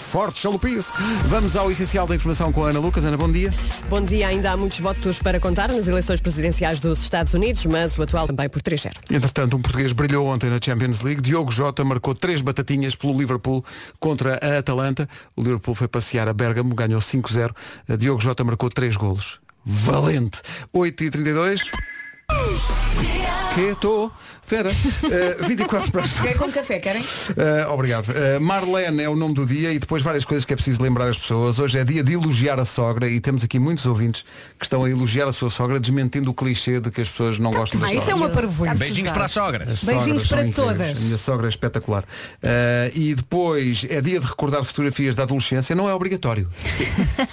Forte, chalupice. Vamos ao essencial da informação com a Ana Lucas. Ana, bom dia. Bom dia, ainda há muitos votos para contar nas eleições presidenciais dos Estados Unidos, mas o atual também por 3-0. Entretanto, um português brilhou ontem na Champions League. Diogo Jota marcou três batatinhas pelo Liverpool contra a Atalanta. O Liverpool foi passear a Bergamo, ganhou 5-0. Diogo Jota marcou três golos. Valente. 8h32. Que tô? Fera. Eh, 24 para as Quer com café, querem? Uh, obrigado. Uh, Marlene é o nome do dia e depois várias coisas que é preciso lembrar as pessoas. Hoje é dia de elogiar a sogra e temos aqui muitos ouvintes que estão a elogiar a sua sogra, desmentindo o clichê de que as pessoas não gostam da Ah, isso é sogra. uma parvoíce. Beijinhos para as sogras. As Beijinhos sogras são para incríveis. todas. A minha sogra é espetacular. Uh, e depois é dia de recordar fotografias da adolescência. Não é obrigatório.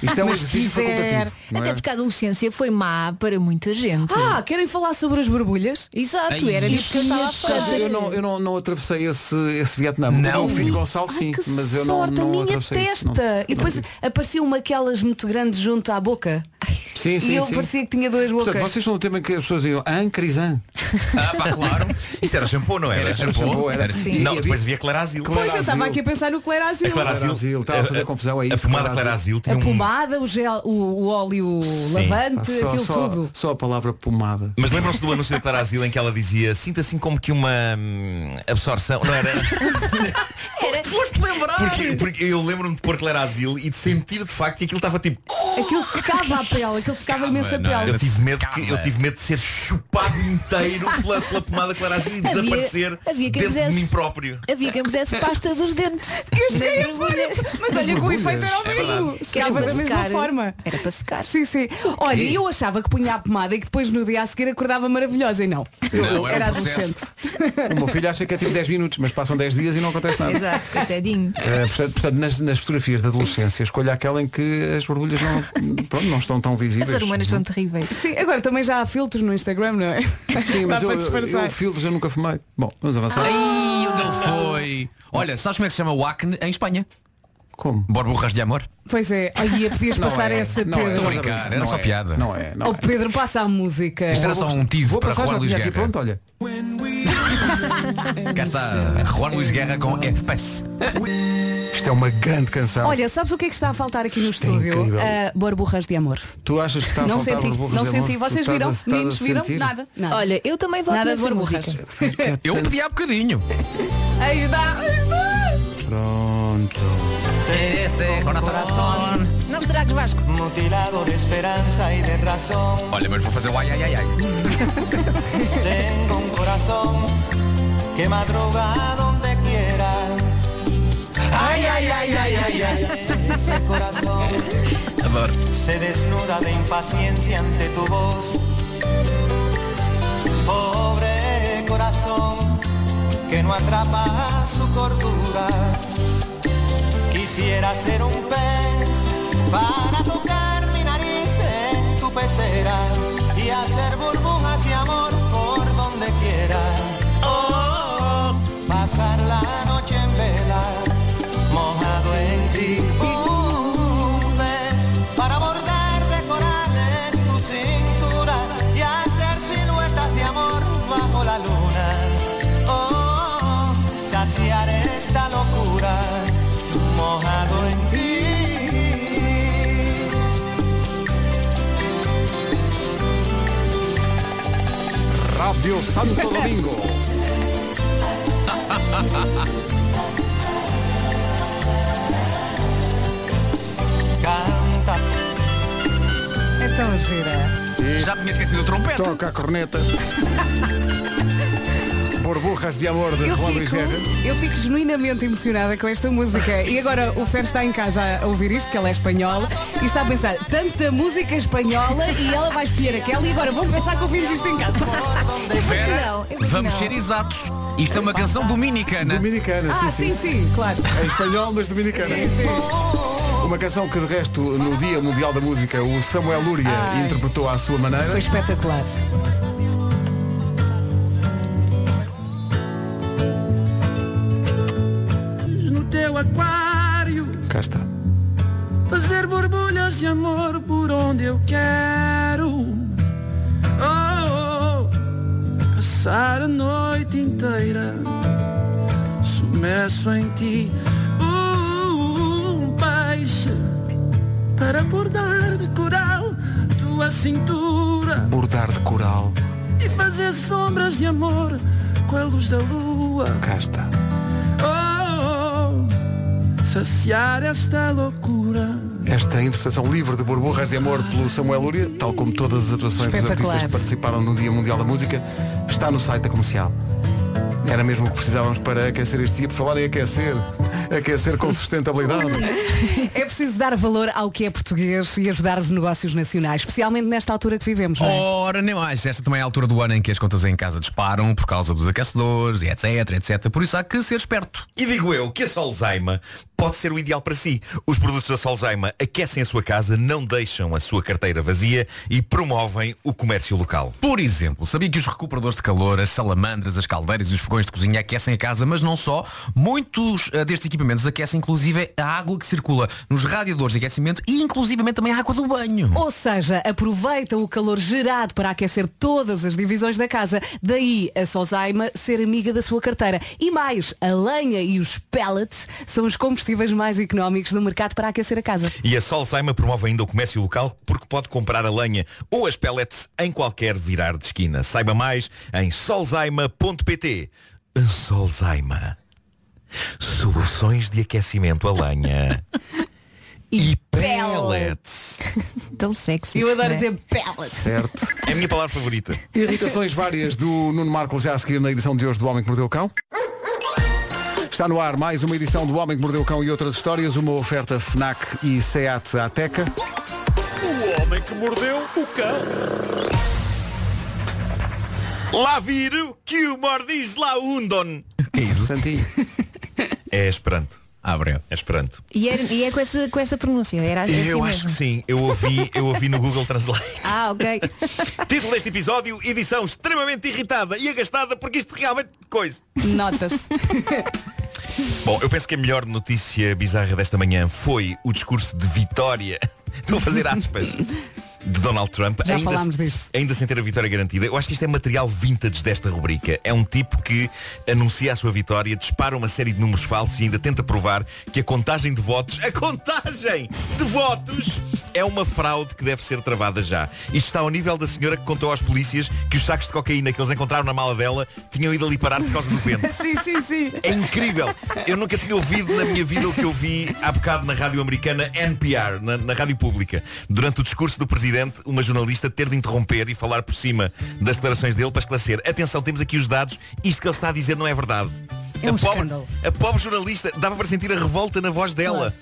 Isto [laughs] é um Mas exercício quiser. facultativo. não Até é? porque a adolescência foi má para muita gente. Ah, querem falar sobre as borbulhas? Exato, Ai, era disso que eu estava a falar. Eu não, eu não, não atravessei esse, esse Vietnã. O filho Gonçalo Ai, sim, que mas eu não, sorte, não a minha atravessei isso, não. testa. e depois apareciam aquelas muito grandes junto à boca. Sim, sim, e eu sim. parecia que tinha duas bocas. Portanto, vocês são o tema em que as pessoas diziam, ah, crisan. Ah, pá, [laughs] claro. Isso era shampoo, não era? Era shampoo, era. Sim. Não, Havia- depois havia Clarazil. Pois eu estava aqui a pensar no Clarazil. A Clarazil. estava tá a fazer confusão aí. A pomada Clarazil tinha A um... pomada, o gel, o, o óleo lavante, só, aquilo só- tudo. Só a palavra pomada. Mas lembram-se do anúncio da Clarazil em que ela dizia sinta assim como que uma hum, absorção. Não era? [laughs] Era... Foste lembrar! Porque, porque eu lembro-me de pôr Clarazil e de sentir de facto que aquilo estava tipo. é, Aquilo secava a pele, aquilo secava imenso a não, pele. Eu tive medo, que, eu tive medo de ser chupado [laughs] inteiro pela, pela pomada Clarazil e Havia- assim, desaparecer havia quem dentro de fizesse. mim próprio. Havia quem pusesse pasta dos dentes. Eu nas cheguei a borbulhas. pôr, mas olha que o efeito era o É mesmo. verdade. Que era secava para da mesma secar. forma. Era para secar. Sim, sim. Olha, e eu achava que punha a pomada e que depois no dia a seguir acordava maravilhosa e não. Não, era era um processo. adolescente. [laughs] O meu filho acha que é tipo 10 minutos, mas passam 10 dias e não acontece nada. Exato, coitadinho. Eh, portanto, portanto, nas, nas fotografias da adolescência, escolha aquela em que as borbulhas não, pronto, não estão tão As visíveis. hormonas são terríveis. Sim, agora também já há filtros no Instagram, não é? Sim, mas Dá eu, para disfarçar. eu filtros eu nunca fumei. Bom, vamos avançar. Ai, onde ele foi? Olha, sabes como é que se chama o acne em Espanha? Como? Borburras de amor? Pois é, aí podias Não passar é, essa, não é, Pedro. estamos brincar, a brincar, era não só é, piada. Não é, não Oh é. Pedro, passa a música. Isto era só um tease Vou para passar, Juan já Luís tinha aqui, Guerra. pronto, olha. é Cá está Juan Luís Guerra com FPS. Isto é uma grande canção. Olha, sabes o que é que está a faltar aqui no é estúdio? incrível. Ah, borburras de amor. Tu achas que está a não faltar senti, borbulhas não de amor? Tu senti. Vocês estás a- viram? estás a Meninos viram? sentir? É Nada. Nada. Olha, eu também voto Nada de nessa borburras. música. Eu pedi há bocadinho. Aí está, aí está. Pronto. Não estragues Vasco. Olha, mas vou fazer o ai ai ai ai. Adoro. se desnuda de impaciencia ante tu voz. Pobre corazón que no atrapa su cordura. Quisiera ser un pez para tocar mi nariz en tu pecera y hacer burbujas y amor por donde quiera. Oh, oh, oh. pasar la noche en vela, mojado en ti. Un pez para bordar de corales tu cintura y hacer siluetas de amor bajo la luna. Oh, oh, oh, saciar esta locura mojado en ti. Rádio [laughs] Santo Domingo. Canta. É tão gira. Já tinha esquecido o trompete. Toca [laughs] a corneta. Borburras de amor de Eu Juan Luís fico, Guerra. eu fico genuinamente emocionada com esta música. E agora o Fer está em casa a ouvir isto, que ela é espanhola, e está a pensar, tanta música espanhola e ela vai escolher aquela e agora vão pensar que ouvimos isto em casa. é Não, eu Vera, acho que vamos não. ser exatos. Isto é uma canção dominicana. Dominicana, Ah, sim, sim, [laughs] claro. Em espanhol, mas dominicana. Sim, sim. Uma canção que de resto, no Dia Mundial da Música, o Samuel Lúria Ai. interpretou à sua Foi maneira. espetacular. No teu aquário, Cá está. fazer borbulhas de amor por onde eu quero. Oh, oh, passar a noite inteira submerso em ti. Uh, Um peixe para bordar de coral tua cintura Bordar de coral. e fazer sombras de amor com a luz da lua. Cá está. Oh, oh, saciar esta loucura. Esta interpretação livre de Borburras de Amor pelo Samuel Lúria, tal como todas as atuações dos Espetacular. artistas que participaram no Dia Mundial da Música, está no site da comercial. Era mesmo o que precisávamos para aquecer este dia, por falar em aquecer. Aquecer com sustentabilidade. [laughs] É preciso dar valor ao que é português e ajudar os negócios nacionais, especialmente nesta altura que vivemos, não é? Oh. Ora, nem mais. Esta também é a altura do ano em que as contas em casa disparam por causa dos aquecedores, e etc, etc. Por isso há que ser esperto. E digo eu que esse Alzheimer pode ser o ideal para si. Os produtos da Solzaima aquecem a sua casa, não deixam a sua carteira vazia e promovem o comércio local. Por exemplo, sabia que os recuperadores de calor, as salamandras, as caldeiras e os fogões de cozinha aquecem a casa, mas não só. Muitos eh, destes equipamentos aquecem inclusive a água que circula nos radiadores de aquecimento e inclusivamente também a água do banho. Ou seja, aproveita o calor gerado para aquecer todas as divisões da casa. Daí a Solzaima ser amiga da sua carteira. E mais, a lenha e os pellets são os combustíveis mais económicos do mercado para aquecer a casa. E a Solzaima promove ainda o comércio local porque pode comprar a lenha ou as pellets em qualquer virar de esquina. Saiba mais em solzaima.pt. Solzaima. Soluções de aquecimento a lenha. E pellets. [laughs] Tão sexy. Eu adoro não é? dizer pellets. Certo. É a minha palavra favorita. Irritações várias do Nuno Marco já a seguir na edição de hoje do Homem que Mordeu o Cão. Está no ar mais uma edição do Homem que Mordeu o Cão e outras histórias, uma oferta FNAC e SEAT Ateca. O homem que mordeu o cão. Lá viram que o mordis lá undon. Que isso? Santinho. É esperanto. Ah, É esperanto. E, era- e é com essa, com essa pronúncia, era assim Eu mesmo. acho que sim. Eu ouvi, eu ouvi no Google Translate. [laughs] Ah, ok. Título deste episódio, edição extremamente irritada e agastada porque isto realmente coisa. Nota-se. Bom, eu penso que a melhor notícia bizarra desta manhã foi o discurso de vitória. [laughs] Estou a fazer aspas. De Donald Trump, Já falámos disso. ainda sem ter a vitória garantida. Eu acho que isto é material vintage desta rubrica. É um tipo que anuncia a sua vitória, dispara uma série de números falsos e ainda tenta provar que a contagem de votos, a contagem de votos, é uma fraude que deve ser travada já. Isto está ao nível da senhora que contou às polícias que os sacos de cocaína que eles encontraram na mala dela tinham ido ali parar por causa do vento. sim, sim, sim. É incrível. Eu nunca tinha ouvido na minha vida o que eu vi há bocado na rádio americana NPR, na, na rádio pública. Durante o discurso do presidente, uma jornalista ter de interromper e falar por cima das declarações dele para esclarecer. Atenção, temos aqui os dados. Isto que ele está a dizer não é verdade. É um a, pobre, escândalo. a pobre jornalista dava para sentir a revolta na voz dela.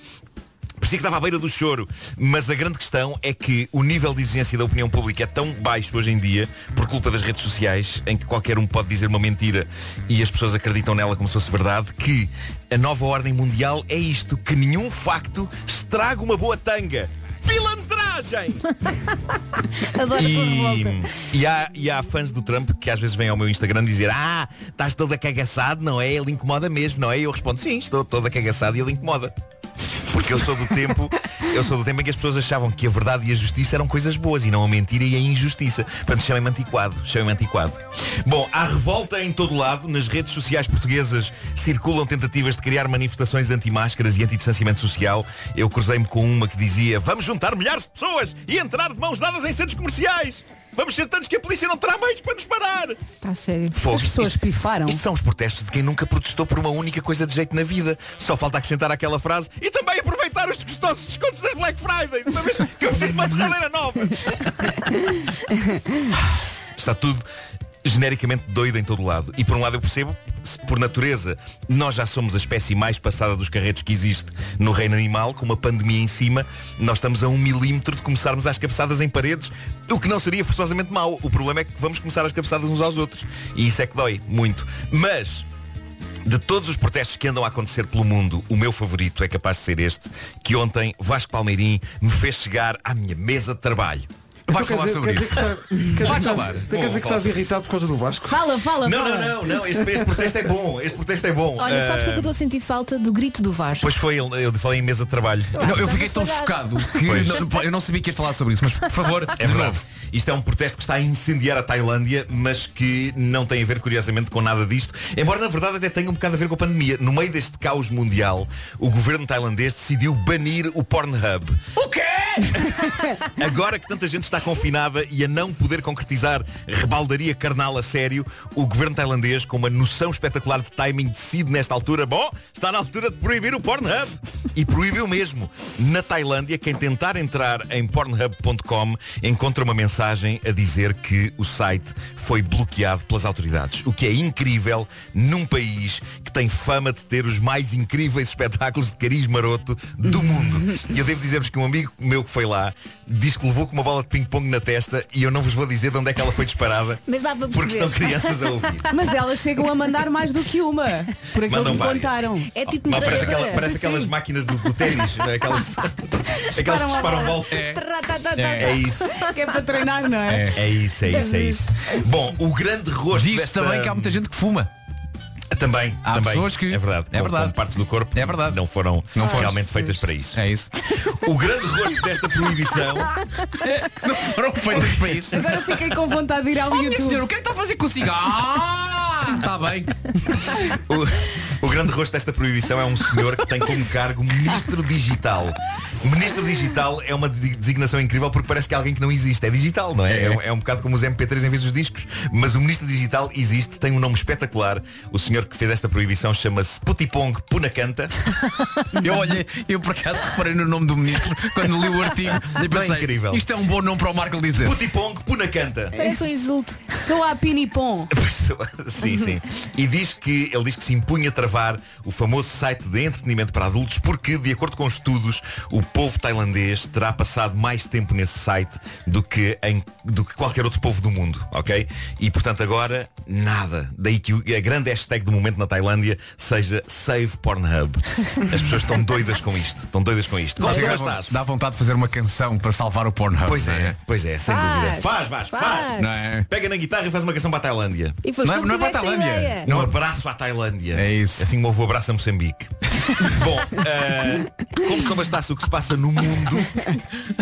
Parecia que estava à beira do choro. Mas a grande questão é que o nível de exigência da opinião pública é tão baixo hoje em dia, por culpa das redes sociais, em que qualquer um pode dizer uma mentira e as pessoas acreditam nela como se fosse verdade, que a nova ordem mundial é isto, que nenhum facto estraga uma boa tanga. [laughs] Pilantragem! Adoro a tua E, revolta. e há, e há fãs do Trump que às vezes vêm ao meu Instagram dizer Ah, estás todo acagaçado, não é? Ele incomoda mesmo, não é? E eu respondo, sim, estou todo acagaçado e ele incomoda. Porque eu sou do tempo Eu sou do tempo em que as pessoas achavam que a verdade e a justiça eram coisas boas E não a mentira e a injustiça Portanto, chamem-me antiquado, chamem-me antiquado Bom, há revolta em todo lado Nas redes sociais portuguesas circulam tentativas de criar manifestações anti-máscaras e anti-distanciamento social Eu cruzei-me com uma que dizia Vamos juntar milhares de pessoas e entrar de mãos dadas em centros comerciais Vamos ser tantos que a polícia não terá meios para nos parar Pá, sério. Fogo. As pessoas Isto- pifaram. Isto são os protestos de quem nunca protestou por uma única coisa de jeito na vida. Só falta acrescentar aquela frase e também aproveitar os gostosos descontos das Black Fridays, uma vez que eu preciso de uma torradeira nova. Está tudo genericamente doido em todo lado. E por um lado eu percebo, se por natureza, nós já somos a espécie mais passada dos carretos que existe no reino animal, com uma pandemia em cima, nós estamos a um milímetro de começarmos às cabeçadas em paredes, o que não seria forçosamente mau. O problema é que vamos começar as cabeçadas uns aos outros. E isso é que dói, muito. Mas, de todos os protestos que andam a acontecer pelo mundo, o meu favorito é capaz de ser este, que ontem Vasco Palmeirim me fez chegar à minha mesa de trabalho. Então, quer dizer- quer dizer que está- quer dizer que Vais estás- falar. Quer Vou dizer que falar estás sobre irritado por causa do Vasco? Fala, fala, não, fala. não, não, não, este, este protesto é bom, este protesto é bom. Olha, sabes o que é que eu Ah, estou a sentir falta do grito do Vasco? Pois foi, ele- eu falei em mesa de trabalho. Eu acho que Eu fiquei estás tão afogado. chocado que não- eu não sabia que ia falar sobre isso, mas por favor, é verdade. Isto é um protesto que está a incendiar a Tailândia, mas que não tem a ver, curiosamente, com nada disto. Embora, na verdade, até tenha um bocado a ver com a pandemia. No meio deste caos mundial, o governo tailandês decidiu banir o Pornhub. O quê? [laughs] Agora que tanta gente está confinada e a não poder concretizar rebaldaria carnal a sério, o governo tailandês, com uma noção espetacular de timing, decide nesta altura, bom, está na altura de proibir o Pornhub. E proibiu mesmo. Na Tailândia, quem tentar entrar em pornhub.com encontra uma mensagem a dizer que o site foi bloqueado pelas autoridades. O que é incrível num país que tem fama de ter os mais incríveis espetáculos de cariz maroto do mundo. E eu devo dizer-vos que um amigo meu que foi lá disse que levou com uma bola de ping ping-pong na testa e eu não vos vou dizer de onde é que ela foi disparada. Mas dá para perceber. Porque estão crianças a ouvir. Mas elas chegam a mandar mais do que uma. Por aquilo que Mandam me várias. contaram. É tipo Mas parece aquela- parece aquelas máquinas do, do ténis, né? [laughs] aquelas, aquelas que disparam bola. É. É, é isso. Que é para treinar, não é? É, é isso, é isso, é isso. Bom, o grande rosto Diz-se desta... Ah, também que há muita gente que fuma. Também, Há também. pessoas que- É verdade. é Com- verdade. com partes do corpo é verdade. não foram Não foram. realmente feitas para isso. É isso. [laughs] O grande rosto desta [laughs] proibição Não foram feitas para isso. Agora fiquei com vontade de ir ao Oh, minha YouTube. senhora, o que é que está a fazer com o [laughs] cigarro? Está bem. [laughs] O, o grande rosto desta proibição é um senhor que tem como cargo ministro digital. Ministro digital é uma de- designação incrível porque parece que é alguém que não existe. É digital, não é? É, um- é um bocado como os MP3 em vez dos discos. Mas o ministro digital existe, tem um nome espetacular. O senhor que fez esta proibição chama-se Putipong Punacanta. [laughs] Eu olhei, eu por acaso reparei no nome do ministro quando li o artigo e Bem pensei, incrível. isto é um bom nome para o Marco dizer. Putipong Punacanta. Parece um insulto. Sou a Pinipom. [laughs] sim, sim. E diz que ele diz que se impunha a travar o famoso site de entretenimento para adultos porque, de acordo com estudos, o povo tailandês terá passado mais tempo nesse site do que, em, do que qualquer outro povo do mundo, ok? E portanto agora nada. Daí que o- a grande hashtag do momento na Tailândia seja Save Pornhub. As pessoas estão doidas com isto. Estão doidas com isto. Sabe Mas que não dá- bastasse. Dá vontade de fazer uma canção para salvar o Pornhub. é Pois não é, pois é, sem Faz, dúvida. Faz, faz, faz. faz. Não é? Pega na guitarra e faz uma canção para a Tailândia. E foste Não é- tu que não é para a tiveste a Tailândia. ideia. Um abraço à Tailândia. É isso. Assim como houve o abraço a [laughs] Moçambique. Bom, eh, como se não bastasse o que se passa no mundo,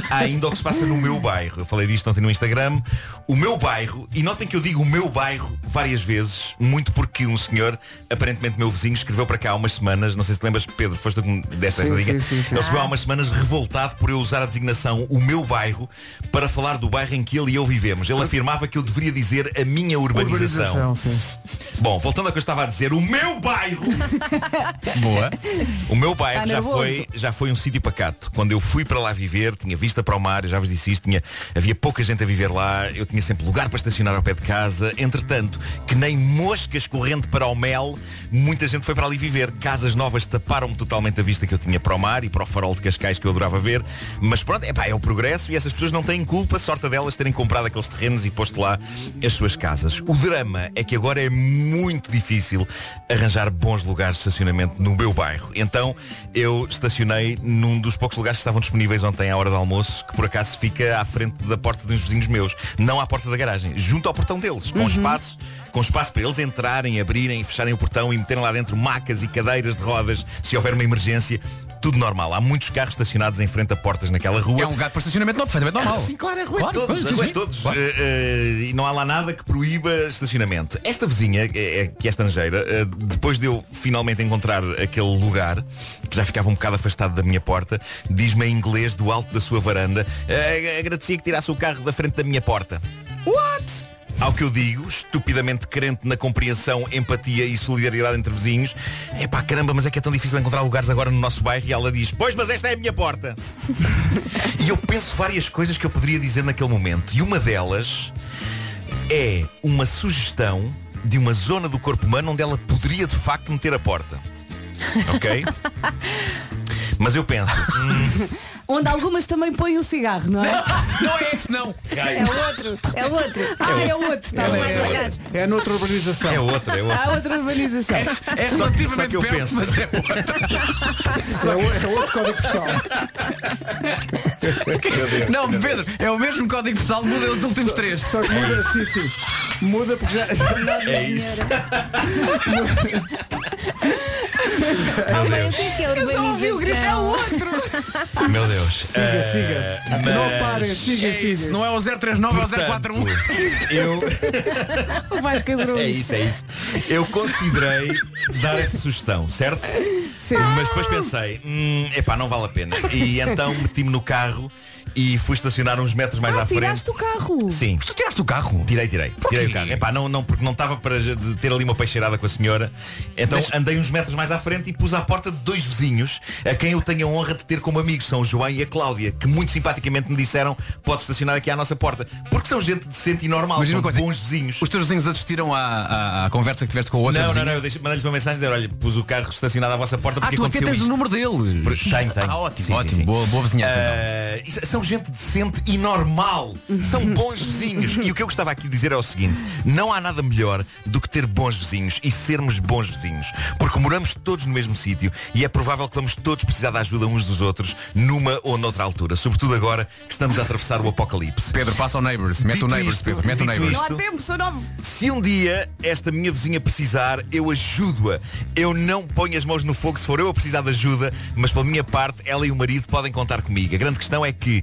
há ainda o que se passa no meu bairro. Eu falei disto ontem no Instagram. O meu bairro, e notem que eu digo o meu bairro várias vezes, muito porque um senhor, aparentemente meu vizinho, escreveu para cá há umas semanas, não sei se te lembras, Pedro, foste tu que me deste esta Sim, dica. sim, sim, sim. Ele escreveu há umas semanas revoltado por eu usar a designação o meu bairro para falar do bairro em que ele e eu vivemos. Ele afirmava que eu deveria dizer a minha urbanização. sim. Bom, voltando ao que eu estava a dizer, o meu bairro. Boa. O meu bairro Tá já, nervoso. foi, já foi um sítio pacato. Quando eu fui para lá viver, tinha vista para o mar, eu já vos disse isto, tinha, havia pouca gente a viver lá, eu tinha sempre lugar para estacionar ao pé de casa. Entretanto, que nem moscas correndo para o mel, muita gente foi para ali viver. Casas novas taparam-me totalmente a vista que eu tinha para o mar e para o farol de Cascais que eu adorava ver. Mas pronto, epá, é o progresso e essas pessoas não têm culpa, sorte delas terem comprado aqueles terrenos e posto lá as suas casas. O drama é que agora é muito difícil arranjar bons lugares de estacionamento no meu bairro. Então eu estacionei num dos poucos lugares que estavam disponíveis ontem à hora do almoço, que por acaso fica à frente da porta de uns vizinhos meus, não à porta da garagem, junto ao portão deles, com Uhum. espaço com espaço para eles entrarem, abrirem, fecharem o portão e meterem lá dentro macas e cadeiras de rodas se houver uma emergência. Tudo normal. Há muitos carros estacionados em frente a portas naquela rua. É um lugar para estacionamento não, perfeitamente normal. Sim, claro, é rua Claro, de todos. pois, é rua de sim. todos. Eh, eh, e não há lá nada que proíba estacionamento. Esta vizinha, eh, eh, que é estrangeira, eh, depois de eu finalmente encontrar aquele lugar, que já ficava um bocado afastado da minha porta, diz-me em inglês do alto da sua varanda, "Eh, agradecia que tirasse o carro da frente da minha porta. What? Ao que eu digo, estupidamente crente na compreensão, empatia e solidariedade entre vizinhos, é pá, caramba, mas é que é tão difícil encontrar lugares agora no nosso bairro e ela diz, pois, mas esta é a minha porta. e eu penso várias coisas que eu poderia dizer naquele momento. E uma delas é uma sugestão de uma zona do corpo humano onde ela poderia de facto meter a porta. [laughs] Ok? mas eu penso, hum, Onde algumas também põem o cigarro, não é? Não é esse não. É outro, é outro. Ah, É é outro, está É bem. outro. É noutra urbanização. é [laughs] outra, é outra. Há outra urbanização. É Só que- relativamente só que eu perto, penso. mas é [laughs] É, o- é outro código [laughs] postal. Não, Pedro, é o mesmo código postal, muda os últimos três. Só que É muda, sim, sim. Muda porque já. É isso. Meu Deus. o que é que é Eu só ouvi o grito, é o [laughs] outro. Meu Deus. Eh, Siga, siga. Não parem, siga, É siga. isso, não é o 039, é o 041. Eu, O Vasco adorou É isso, é isso. Eu considerei dar essa sugestão, certo? Sim. Mas depois pensei, hum, epá, não vale a pena. E então meti-me no carro e fui estacionar uns metros mais Ah, à frente. tiraste o carro. Sim. Tu tiraste o carro? Tirei, tirei. Tirei o carro. Epá, não, não, porque não estava para já de ter ali uma peixeirada com a senhora. Então andei uns metros mais à frente e pus à porta de dois vizinhos a quem eu tenho a honra de ter como amigos. São o João e a Cláudia, que muito simpaticamente me disseram pode estacionar aqui à nossa porta. Porque são gente decente e normal. Mas diz são uma coisa, bons vizinhos. Os teus vizinhos assistiram à, à- à conversa que tiveste com a outra Não, não, vizinha? não, eu deixei- mandei-lhes uma mensagem a dizer, olha, pus o carro estacionado à vossa porta Ah, porque tu até aconteceu tens isto. o número deles. Por- Tenho, tenho. Ah, ótimo, Sim, sim, ótimo. sim. Boa, boa vizinhança. Ah, isso- são são gente decente e normal. São bons vizinhos. E o que eu gostava aqui de dizer é o seguinte. Não há nada melhor do que ter bons vizinhos e sermos bons vizinhos. Porque moramos todos no mesmo sítio e é provável que vamos todos precisar da ajuda uns dos outros numa ou noutra altura. Sobretudo agora que estamos a atravessar o apocalipse. Pedro, passa ao Neighbours. Mete o Neighbours, Pedro. Mete o é Neighbours. Não há tempo, são nove. Se um dia esta minha vizinha precisar, eu ajudo-a. Eu não ponho as mãos no fogo se for eu a precisar de ajuda, mas pela minha parte, ela e o marido podem contar comigo. A grande questão é que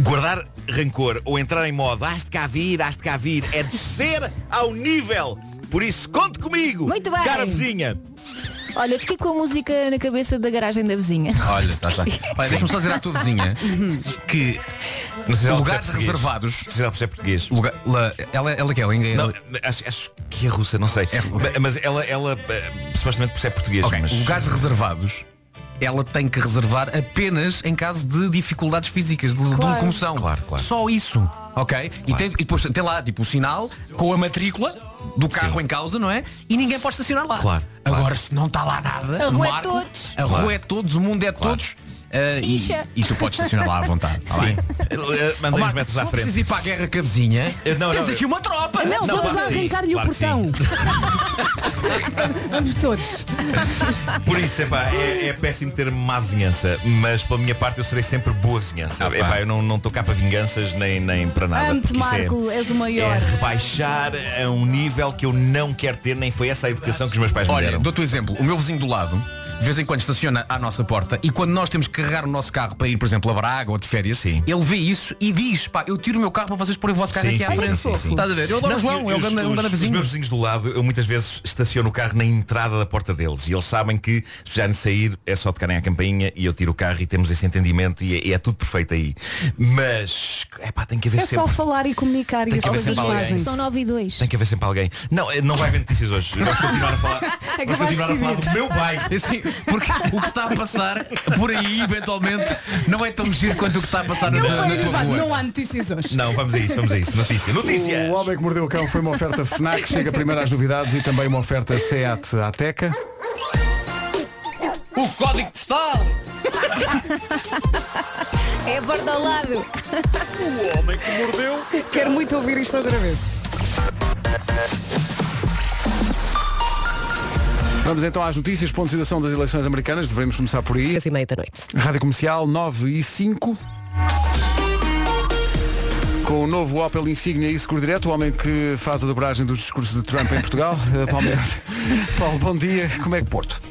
guardar rancor ou entrar em modo has de cá vir, has de cá vir, é descer ao nível. Por isso, conte comigo, Muito bem. cara vizinha. Olha, fiquei com a música na cabeça da garagem da vizinha. Uhum. Olha, está, [laughs] está. Olha, deixa-me só dizer à tua vizinha que se ela percebe lugares português. reservados. Se ela percebe português. ela, ela, ela que é, ela, Não, acho, acho que é russa, não sei. Ma- Mas ela, ela eh, supostamente percebe português. Ok, Mas... lugares reservados ela tem que reservar apenas em caso de dificuldades físicas de, de Claro. locomoção Claro, claro. só isso ok e, tem, e depois tem lá tipo o sinal com a matrícula do carro em causa não é e ninguém pode estacionar lá Claro, agora se não está lá nada A rua é marco, todos. a Claro. rua é todos o mundo é todos eh, e, Ixa. e tu podes estacionar lá à vontade tá Sim. bem? Eh, eh, Ó, Mandei uns Marco, metros se à for frente. preciso ir para a guerra com a vizinha Eh, não, tens não, aqui uma tropa Não, Não, vamos claro lá que sim, arrancar-lhe claro o que sim. portão. vamos [laughs] todos. Por isso, epá, é, é péssimo ter má vizinhança, mas pela minha parte eu serei sempre boa vizinhança. epá, eu não não estou cá para vinganças nem, nem para nada. Amo-te, porque isso é- Marco, és o É maior. rebaixar a um nível que eu não quero ter, nem foi essa a educação que os meus pais me Olha, deram. dou-te um exemplo. O meu vizinho do lado, de vez em quando estaciona à nossa porta e quando nós temos que carregar o nosso carro para ir, por exemplo, a Braga ou de férias, ele vê isso e diz, pá, eu tiro o meu carro para vocês porem o vosso carro Sim, aqui à sim, frente. sim, sim, sim. Estás a ver? Eu adoro Não, o João, e- é um os- grande, um grande os- Os vizinho. meus vizinhos do lado, eu muitas vezes estaciono o carro na entrada da porta deles e eles sabem que se precisarem de sair é só tocarem a campainha e eu tiro o carro e temos esse entendimento e é, e é tudo perfeito aí. Mas, epá, tem que haver É só sempre. falar e comunicar e Tem as que haver coisas sempre alguém. fazem. São 9 e 2. Tem que haver sempre alguém. Não, eh, não vai haver notícias hoje. [laughs] Vamos continuar a falar, vamos Acabaste continuar a de falar do decidir. meu [laughs] bairro. Assim, porque o que está a passar por aí, eventualmente, não é tão giro quanto o que está a passar na, Não tua- foi na tua elevado, rua. não há notícias hoje. Não, vamos a isso, vamos a isso. Notícia, notícia. O Homem que Mordeu o Cão foi uma oferta FNAC, chega primeiro às novidades e também uma oferta SEAT à Teca. O código [laughs] postal! É a borda ao lado. Quero muito ouvir isto outra vez. Vamos então às notícias, ponto de situação das eleições americanas, devemos começar por aí. e meia da noite. Rádio Comercial 9 e 5. Com o novo Opel Insignia e Seguro Direto, o homem que faz a dobragem dos discursos de Trump em [laughs] Portugal. Eh, Paulo, Mendes. Paulo, bom dia. Como é que Porto?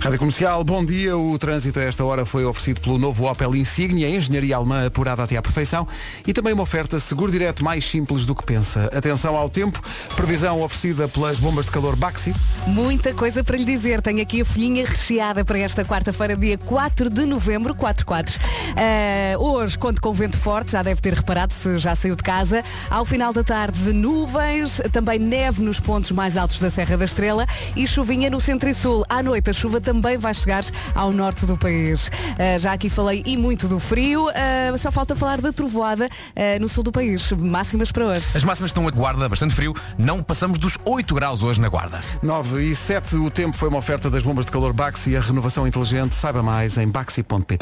Rádio Comercial, bom dia. O trânsito a esta hora foi oferecido pelo novo Opel Insignia, engenharia alemã apurada até à perfeição, e também uma oferta seguro direto mais simples do que pensa. Atenção ao tempo, previsão oferecida pelas bombas de calor Baxi. Muita coisa para lhe dizer. Tenho aqui a folhinha recheada para esta quarta-feira, dia 4 de novembro, 4-4. Eh, hoje conto com vento forte, já deve ter reparado se já saiu de casa. Ao final da tarde, nuvens, também neve nos pontos mais altos da Serra da Estrela e chuvinha no centro e sul. À noite, a chuva também vai chegar ao norte do país. Eh, já aqui falei e muito do frio, eh, só falta falar da trovoada eh, no sul do país. Máximas para hoje. As máximas estão a guarda, bastante frio. Não passamos dos 8 graus hoje na guarda. 9 e 7, o tempo foi uma oferta das bombas de calor Baxi e a renovação inteligente. Saiba mais em baxi.pt.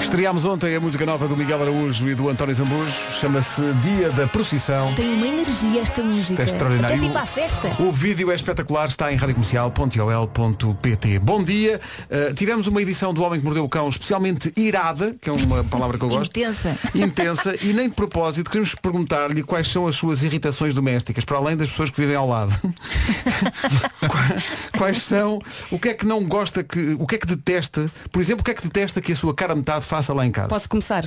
Estreámos ontem a música nova do Miguel Araújo e do António Zambujo. Chama-se Dia da Procissão. [laughs] Tem uma energia esta música. É extraordinário. Queres ir para a festa? O vídeo é espetacular, está em radiocomercial.ol.pt. Bom dia, eh, tivemos uma edição do Homem que Mordeu o Cão especialmente irada, que é uma palavra que eu gosto. [laughs] Intensa. Intensa e nem de propósito queremos perguntar-lhe quais são as suas irritações domésticas, para além das pessoas que vivem [laughs] ao lado. Qua- quais são, o que é que não gosta, que, o que é que detesta, por exemplo, o que é que detesta que a sua cara metade faça lá em casa? Posso começar?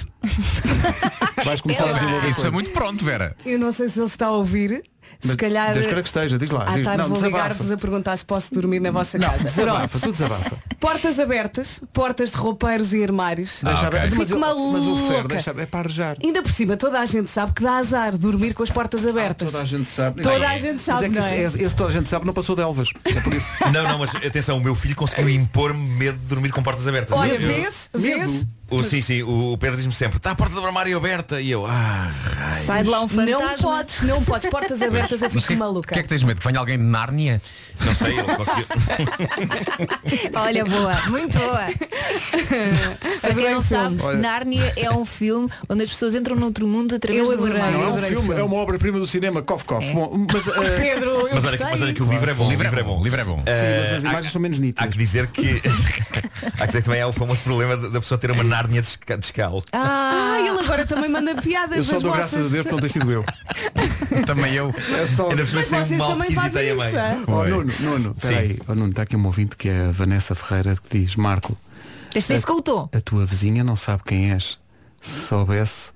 Vais começar a Isso desenvolver é coisas. muito pronto, Vera. Eu não sei se ele está a ouvir. Se Mas calhar. Deus queira que esteja, diz lá. eh, À Ah, diz- tarde não, vou desabafa. ligar-vos a perguntar se posso dormir na vossa Não, casa. desabafa, tu Pronto. desabafa. Portas abertas, portas de roupeiros e armários. Deixa Ah, ok. aberto. Mas, Fico eu- mas o ferro maluca. deixa aberto. É para arejar. Ah, Ainda por cima, toda a gente sabe que dá azar dormir com as portas abertas. Toda a gente sabe. Toda Bem, a gente mas sabe, é que não é? esse, esse toda a gente sabe não passou de Elvas. É por isso. Não, não, mas atenção, o meu filho conseguiu impor-me medo de dormir com portas abertas. Olha, Eu- vês? Vês? Medo. O, sim, sim, o Pedro diz-me sempre, está a porta do armário aberta e eu, ah, é- raios. Sai de lá um fantasma. Não podes, não podes. Portas abertas, eu Mas fico que- maluca. que é que tens medo? Que venha alguém de Nárnia? Não sei, ele conseguiu. Olha, boa, muito [laughs] boa. Para quem não sabe, Olha. Nárnia é um filme onde as pessoas entram noutro mundo através do armário. Não, é um filme, é uma obra-prima do cinema, cof cof. É. Bom, [laughs] mas, eh, mas, olha, que- mas olha que o livro é bom. O livro é bom. livro é bom. Sim, mas as imagens são menos nítidas. Há que dizer [laughs] que. há que dizer que também há o famoso problema da da pessoa ter uma É. nárnia de esca- de escalo. Ah, ele agora também manda piadas. eu só mas dou vocês- graças a Deus por não ter sido eu. [laughs] Também eu. É só... Ainda por cima Mas saiu vocês mal também que fazem hesitei a isto, meio. é? Oh, Oi. Nuno, Nuno, peraí. Oh, Nuno, está aqui um ouvinte que é a Vanessa Ferreira que diz, Marco, Este é isso que eu estou. a tua vizinha não sabe quem és. Se soubesse,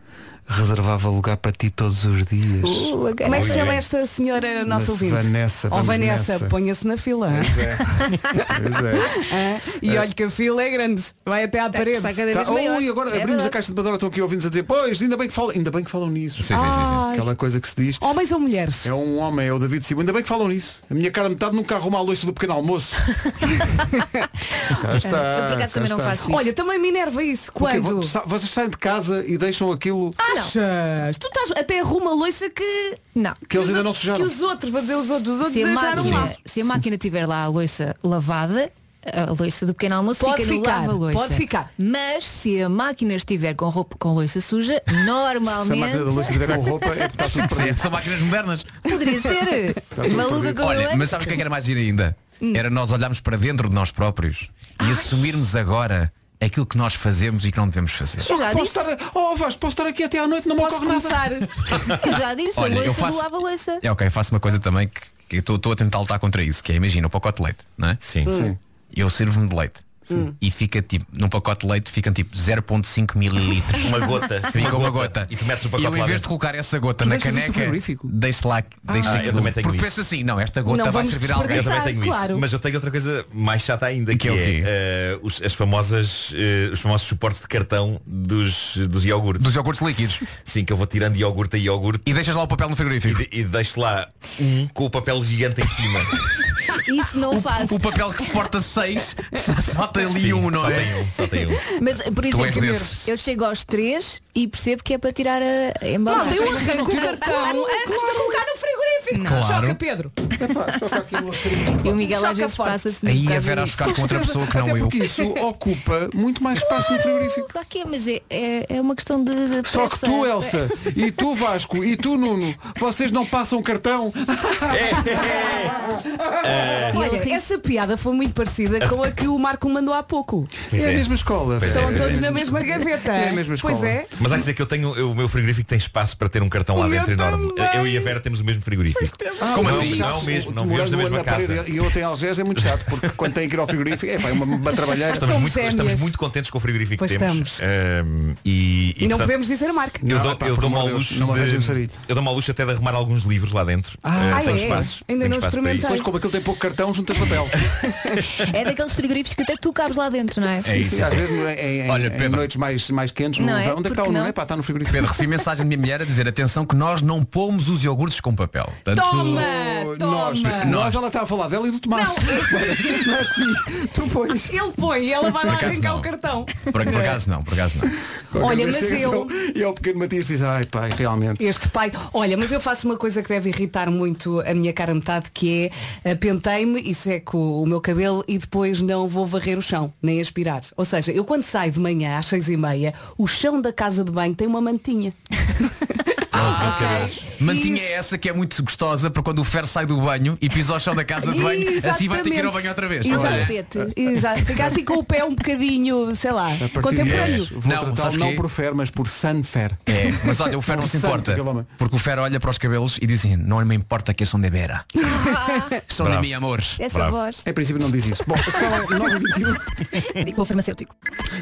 reservava lugar para ti todos os dias. Uh, Como é que se chama Oi. esta senhora nossa Mas ouvinte? Vanessa, Ou vamos Vanessa, nessa. ponha-se na fila. hã? Pois é. Hã? [laughs] E olha que a fila é grande. Vai até à parede. Está cada Tá, vez maior. oh, e agora É abrimos a verdade. caixa de Pandora, estão aqui ouvindo a dizer, pois, ainda bem que falam, ainda bem que falam nisso. Sim, sim, sim, sim. Ai. Aquela coisa que se diz. Homens ou mulheres? É um homem, é o David Silva. Ainda bem que falam nisso. A minha cara metade nunca arruma a louça do pequeno [laughs] almoço. Ah, cá está. Eu por acaso também cá não está. faço isso. Olha, também me enerva isso. Porque Quando? vo- sa- Vocês saem de casa e deixam aquilo Achas? Tu estás até arruma a louça que, não. que eles ainda não sujaram. que os outros, fazer os outros, os outros Se a, deixaram lá. máquina, se a máquina tiver lá a louça lavada, a louça do pequeno almoço Pode fica ficar, no lava-louça. pode ficar. Mas se a máquina estiver com roupa com louça suja, Se a máquina da normalmente louça estiver com roupa, é porque [laughs] está tudo Tá perdido. São máquinas modernas. [laughs] poderia ser. Maluca como eu Olha, é. Hum. mas sabes o que é que era mais giro ainda? Era nós olharmos para dentro de nós próprios e assumirmos agora aquilo que nós fazemos e que não devemos fazer. Eu já posso disse, estar, oh Vasco, posso estar aqui até à noite, não me Posso ocorre nada. começar? eu já disse, Olha, a eu louça faço- do lava-louça. É ok, eu faço uma coisa também que que eu estou a tentar lutar contra isso, que é imagina o pacote de leite, não é? Sim. Hum. Eu sirvo-me de leite. E fica tipo, num pacote de leite ficam tipo 0.5 mililitros. Uma gota. Fica uma gota. E tu metes o E pacote eu, em lá vez de dentro. colocar essa gota Tu na deixas isto no caneca, frigorífico? deixo lá, deixo Ah, eu aquilo. também tenho Porque isso. pensa assim, não, esta Não gota vai vamos servir a alguém. Eu também Exato, tenho claro. isso. Mas eu tenho outra coisa mais chata ainda, que, Que é o quê? é, eh, os, as famosas, eh, os famosos suportes de cartão dos, dos iogurtes. Dos iogurtes líquidos. Sim, que eu vou tirando iogurte a iogurte E deixas lá o papel no e, frigorífico. de- e deixo lá um com o papel gigante em [laughs] cima. Isso não faço. O papel que suporta 6, [laughs] só tem ali Sim, um, não só é? tem um, só tem um. Mas, por és exemplo, desses. eu chego aos três e percebo que é para tirar a a embalagem. eu um arranco o cartão antes de colocar no frigorífico. Claro. Choca, Pedro. E o Miguel Choca às vezes forte. passa-se um Aí a bocado Vera a nisso. chocar com outra pessoa que não até eu. porque isso [laughs] ocupa muito mais espaço no um frigorífico. Claro que é, mas é, é, é uma questão de, de Só que pressa. tu, Elsa, e tu, Vasco, e tu, Nuno, vocês não passam cartão. Olha, essa piada foi muito parecida com a que o Marco mandou há pouco. Pois é a é. mesma escola. Estão é, todos é. na mesma gaveta. É a mesma escola. Pois é. Mas há que dizer que eu tenho, eu- o meu frigorífico tem espaço para ter um cartão lá O meu dentro enorme. também. Eu e a Vera temos o mesmo frigorífico. Ah, Como mas assim? sabes, Não mesmo, não o vivemos na morango mesma na parede casa. E eu tenho Algés, é muito chato, porque quando tem que ir ao frigorífico, é pá, é uma, uma trabalhar. Estamos São muito, estamos gêmeas. muito contentes com o frigorífico Pois que temos. estamos. Ahm, e, E não portanto, podemos dizer a marca. Eu Não, dou- Ah, pá, eu por dou-me amor ao de Deus, luxo não me arranjem um de. sarilho. Eu dou-me ao luxo até de arrumar alguns livros lá dentro. Ah, Ah, tenho é? espaço. Ainda tenho não espaço para isso. Depois, como aquilo tem pouco cartão, juntas papel. É daqueles frigoríficos que até tu cabes lá dentro, não é? É isso. Sim, às vezes, em, em- Olha, em Pedro. é, noites mais, mais quentes, no Não é? verão, onde é que está o Porque Nuno? não? É pá, está no Pedro, frigorífico. recebi mensagem da minha mulher a dizer atenção que nós não pomos os iogurtes com papel. Portanto, Toma! Oh, Toma! Nós, nós, ela está a falar dela e do [laughs] Tomás. Não é assim. tu pões. Ele põe e ela vai lá Por acaso arrancar não. o cartão. Por, É. por acaso não, por acaso não. Olha, mas Chega-se eu- ao- E ao pequeno Matias diz, ai pai, realmente. Este pai. Olha, mas eu faço uma coisa que deve irritar muito a minha cara metade, que é eh, pentei-me e seco o meu cabelo e depois não vou varrer o chão, nem aspirar. Ou seja, eu quando saio de manhã às seis e meia, o chão da casa de banho tem uma mantinha. Ah, Ah, Mantinha é essa que é muito gostosa para quando o ferro sai do banho e pisa ao chão da casa de banho, assim vai ter que ir ao banho outra vez. E o Olha. tapete. Exato. Fica assim com o pé um bocadinho, sei lá, A partir de contemporâneo. hoje, vou É. Não, tratá-lo sabes não quê? por fer, mas por sanfer. É, mas olha, o Fer não se Um santo, importa. aquele homem. Porque o Fer olha para os cabelos e diz assim, não me importa que são de Vera. Ah. são de mim, amores. Essa Bravo. voz. Em princípio não diz isso. Bom, são 9h21. Digo [laughs] ao farmacêutico.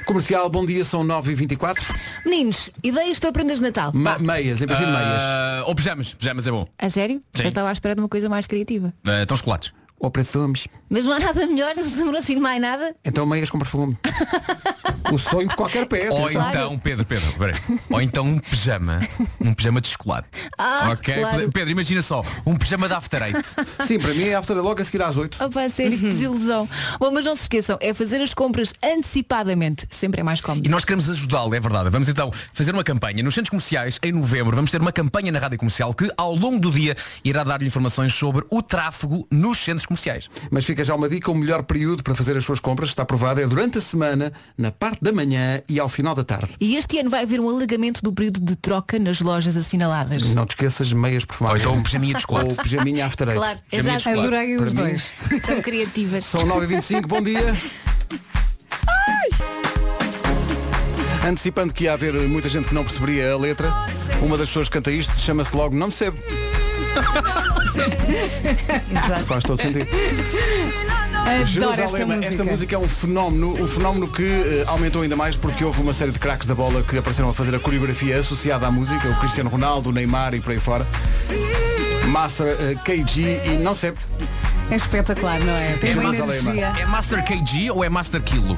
Comercial, bom dia, são 9h24. Meninos, ideias para prendas de Natal. Ma- meias, em princípio meias. Ah, ou pijamas, pijamas é bom. A sério? Eu estava à espera de uma coisa mais criativa. Ah, estão chocolates. Ou perfumes. Mas não há nada melhor, não se lembrou assim de mais nada. [laughs] Então meias com perfume. O sonho de qualquer pé. Ou atenção. então, Pedro, Pedro, peraí. Ou então um pijama. Um pijama de chocolate. Ah, ok? claro. Pedro, imagina só. Um pijama de after [laughs] eight. Sim, para mim é after logo a seguir às 8. Opa, a sério, que desilusão. Bom, mas não se esqueçam, é fazer as compras antecipadamente. Sempre é mais cómodo. E nós queremos ajudá-lo, é verdade. Vamos então fazer uma campanha. Nos centros comerciais, em novembro, vamos ter uma campanha na Rádio Comercial que, ao longo do dia, irá dar-lhe informações sobre o tráfego nos centros comerciais. Mas fica já uma dica, o melhor período para fazer as suas compras, está provado, é durante a semana, na parte da manhã e ao final da tarde. E este ano vai haver um alargamento do período de troca nas lojas assinaladas. Não te esqueças, meias perfumadas. Ou então um pijaminha de chocolate. [laughs] Ou pijaminha after eight. Claro, eu Pijaminha já de chocolate. adorei os Para mim, dois. Tão criativas. São 9h25, bom dia. Antecipando que ia haver muita gente que não perceberia a letra, uma das pessoas que canta isto chama-se logo Não Me Sebo. Faz todo sentido. Adoro esta Jerusalema, música. esta música é um fenómeno, um fenómeno que eh, aumentou ainda mais porque houve uma série de craques da bola que apareceram a fazer a coreografia associada à música, o Cristiano Ronaldo, o Neymar e por aí fora. Massa eh, KG e não sei. É espetacular, não é? Tem uma energia. É Master KG ou é Master Kilo?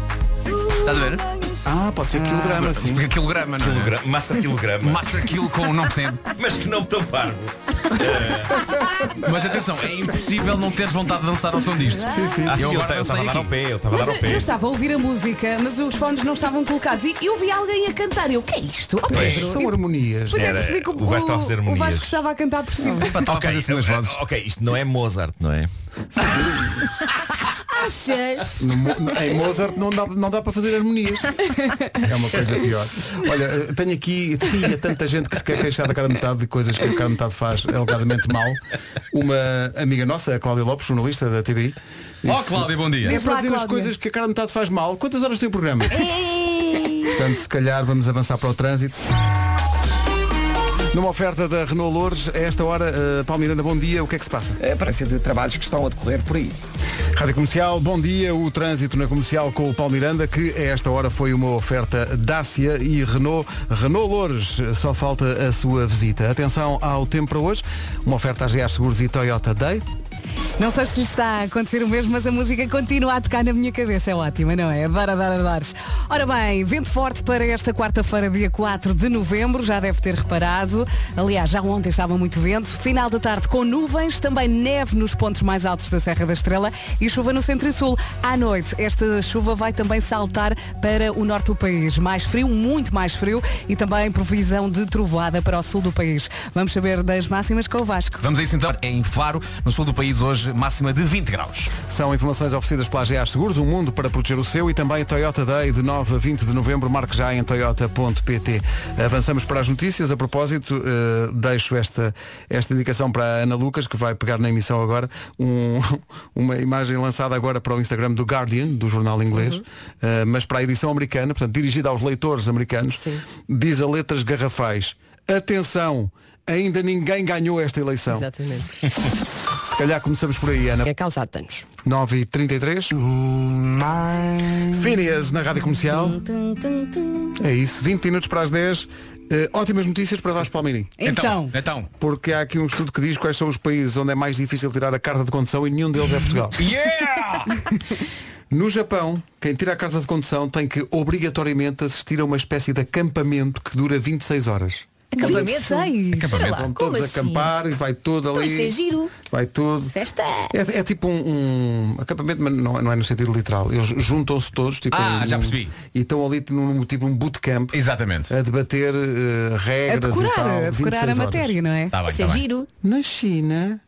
Estás a ver? Ah, pode ser quilograma, sim. Quilograma, não é? Quilograma- Master Quilograma. Master Kilo com um o não percebo. Mas que não tão parvo. Mas atenção, é impossível não teres vontade de dançar ao som disto. Sim, sim. Ah, sim, eu agora ta- eu dancei estava a dar aqui. ao pé, eu estava a dar ao Mas eu pé. estava a ouvir a música, mas os fones não estavam colocados e eu vi alguém a cantar. Eu, o que é isto? Oh, Pois. Pedro. São E- harmonias. Pois é, Era, percebi que o, o Vasco estava a fazer o harmonias. Vasco estava a cantar por cima. Ok, eh, ok, isto não é Mozart, não é? [laughs] Achas? No Mo- Em Mozart não dá, não dá para fazer harmonias. É uma coisa pior. Olha, eh, tenho aqui, tinha tanta gente que se quer queixar da cara metade de coisas que a cara metade faz alegadamente mal. Uma amiga nossa, a Cláudia Lopes, jornalista da TVI. Ó, Oh, Cláudia, bom dia. É Diz para lá, dizer as Cláudia. coisas que a cara metade faz mal. Quantas horas tem o programa? Portanto, se calhar vamos avançar para o trânsito. Numa oferta da Renault Lourdes, a esta hora, eh, Paulo Miranda, bom dia, o que é que se passa? É, parece de trabalhos que estão a decorrer por aí. Rádio Comercial, bom dia, o trânsito na comercial com o Paulo Miranda, que a esta hora foi uma oferta Dácia e Renault. Renault Lourdes, só falta a sua visita. Atenção ao tempo para hoje, uma oferta AGA Seguros e Toyota Day. Não sei se lhe está a acontecer o mesmo, mas a música continua a tocar na minha cabeça. É ótima, não é? Adoro, adoro, adoro. Ora bem, vento forte para esta quarta-feira, dia 4 de novembro. Já deve ter reparado. Aliás, já ontem estava muito vento. Final da tarde com nuvens, também neve nos pontos mais altos da Serra da Estrela e chuva no centro e sul. À noite, esta chuva vai também saltar para o norte do país. Mais frio, muito mais frio e também previsão de trovoada para o sul do país. Vamos saber das máximas com o Vasco. Vamos a isso então, em Faro, no sul do país hoje, máxima de 20 graus. São informações oferecidas pela AGA Seguros, um mundo para proteger o seu e também a Toyota Day de 9 a 20 de novembro. Marque já em toyota.pt. Avançamos para as notícias. A propósito, eh, deixo esta, esta indicação para a Ana Lucas, que vai pegar na emissão agora, um- [laughs] uma imagem lançada agora para o Instagram do Guardian, do jornal inglês, Uhum. eh, mas para a edição americana, portanto, dirigida aos leitores americanos, diz a letras garrafais, atenção, ainda ninguém ganhou esta eleição. Exatamente. [laughs] Se calhar começamos por aí, Ana. É causar danos. 9 e 33 Phineas na Rádio Comercial É isso, 20 minutos para as 10 Eh, Ótimas notícias para Vasco Palmeirim Então. Então. Porque há aqui um estudo que diz quais são os países onde é mais difícil tirar a carta de condução e nenhum deles é Portugal [laughs] Yeah! No Japão, quem tira a carta de condução tem que obrigatoriamente assistir a uma espécie de acampamento que dura 26 horas Acampamento? Espera lá, Vão como todos assim? acampar e vai tudo Então ali isso é giro. Vai tudo Festa. É, é tipo um, um acampamento, mas não, não é no sentido literal. Eles juntam-se todos, tipo, Ah, um- já percebi. E estão ali num tipo um bootcamp. Exatamente. A debater eh, A regras e tal. decorar, a decorar a 26 matéria, horas. Tá Tá não é? Isso é giro. Na China,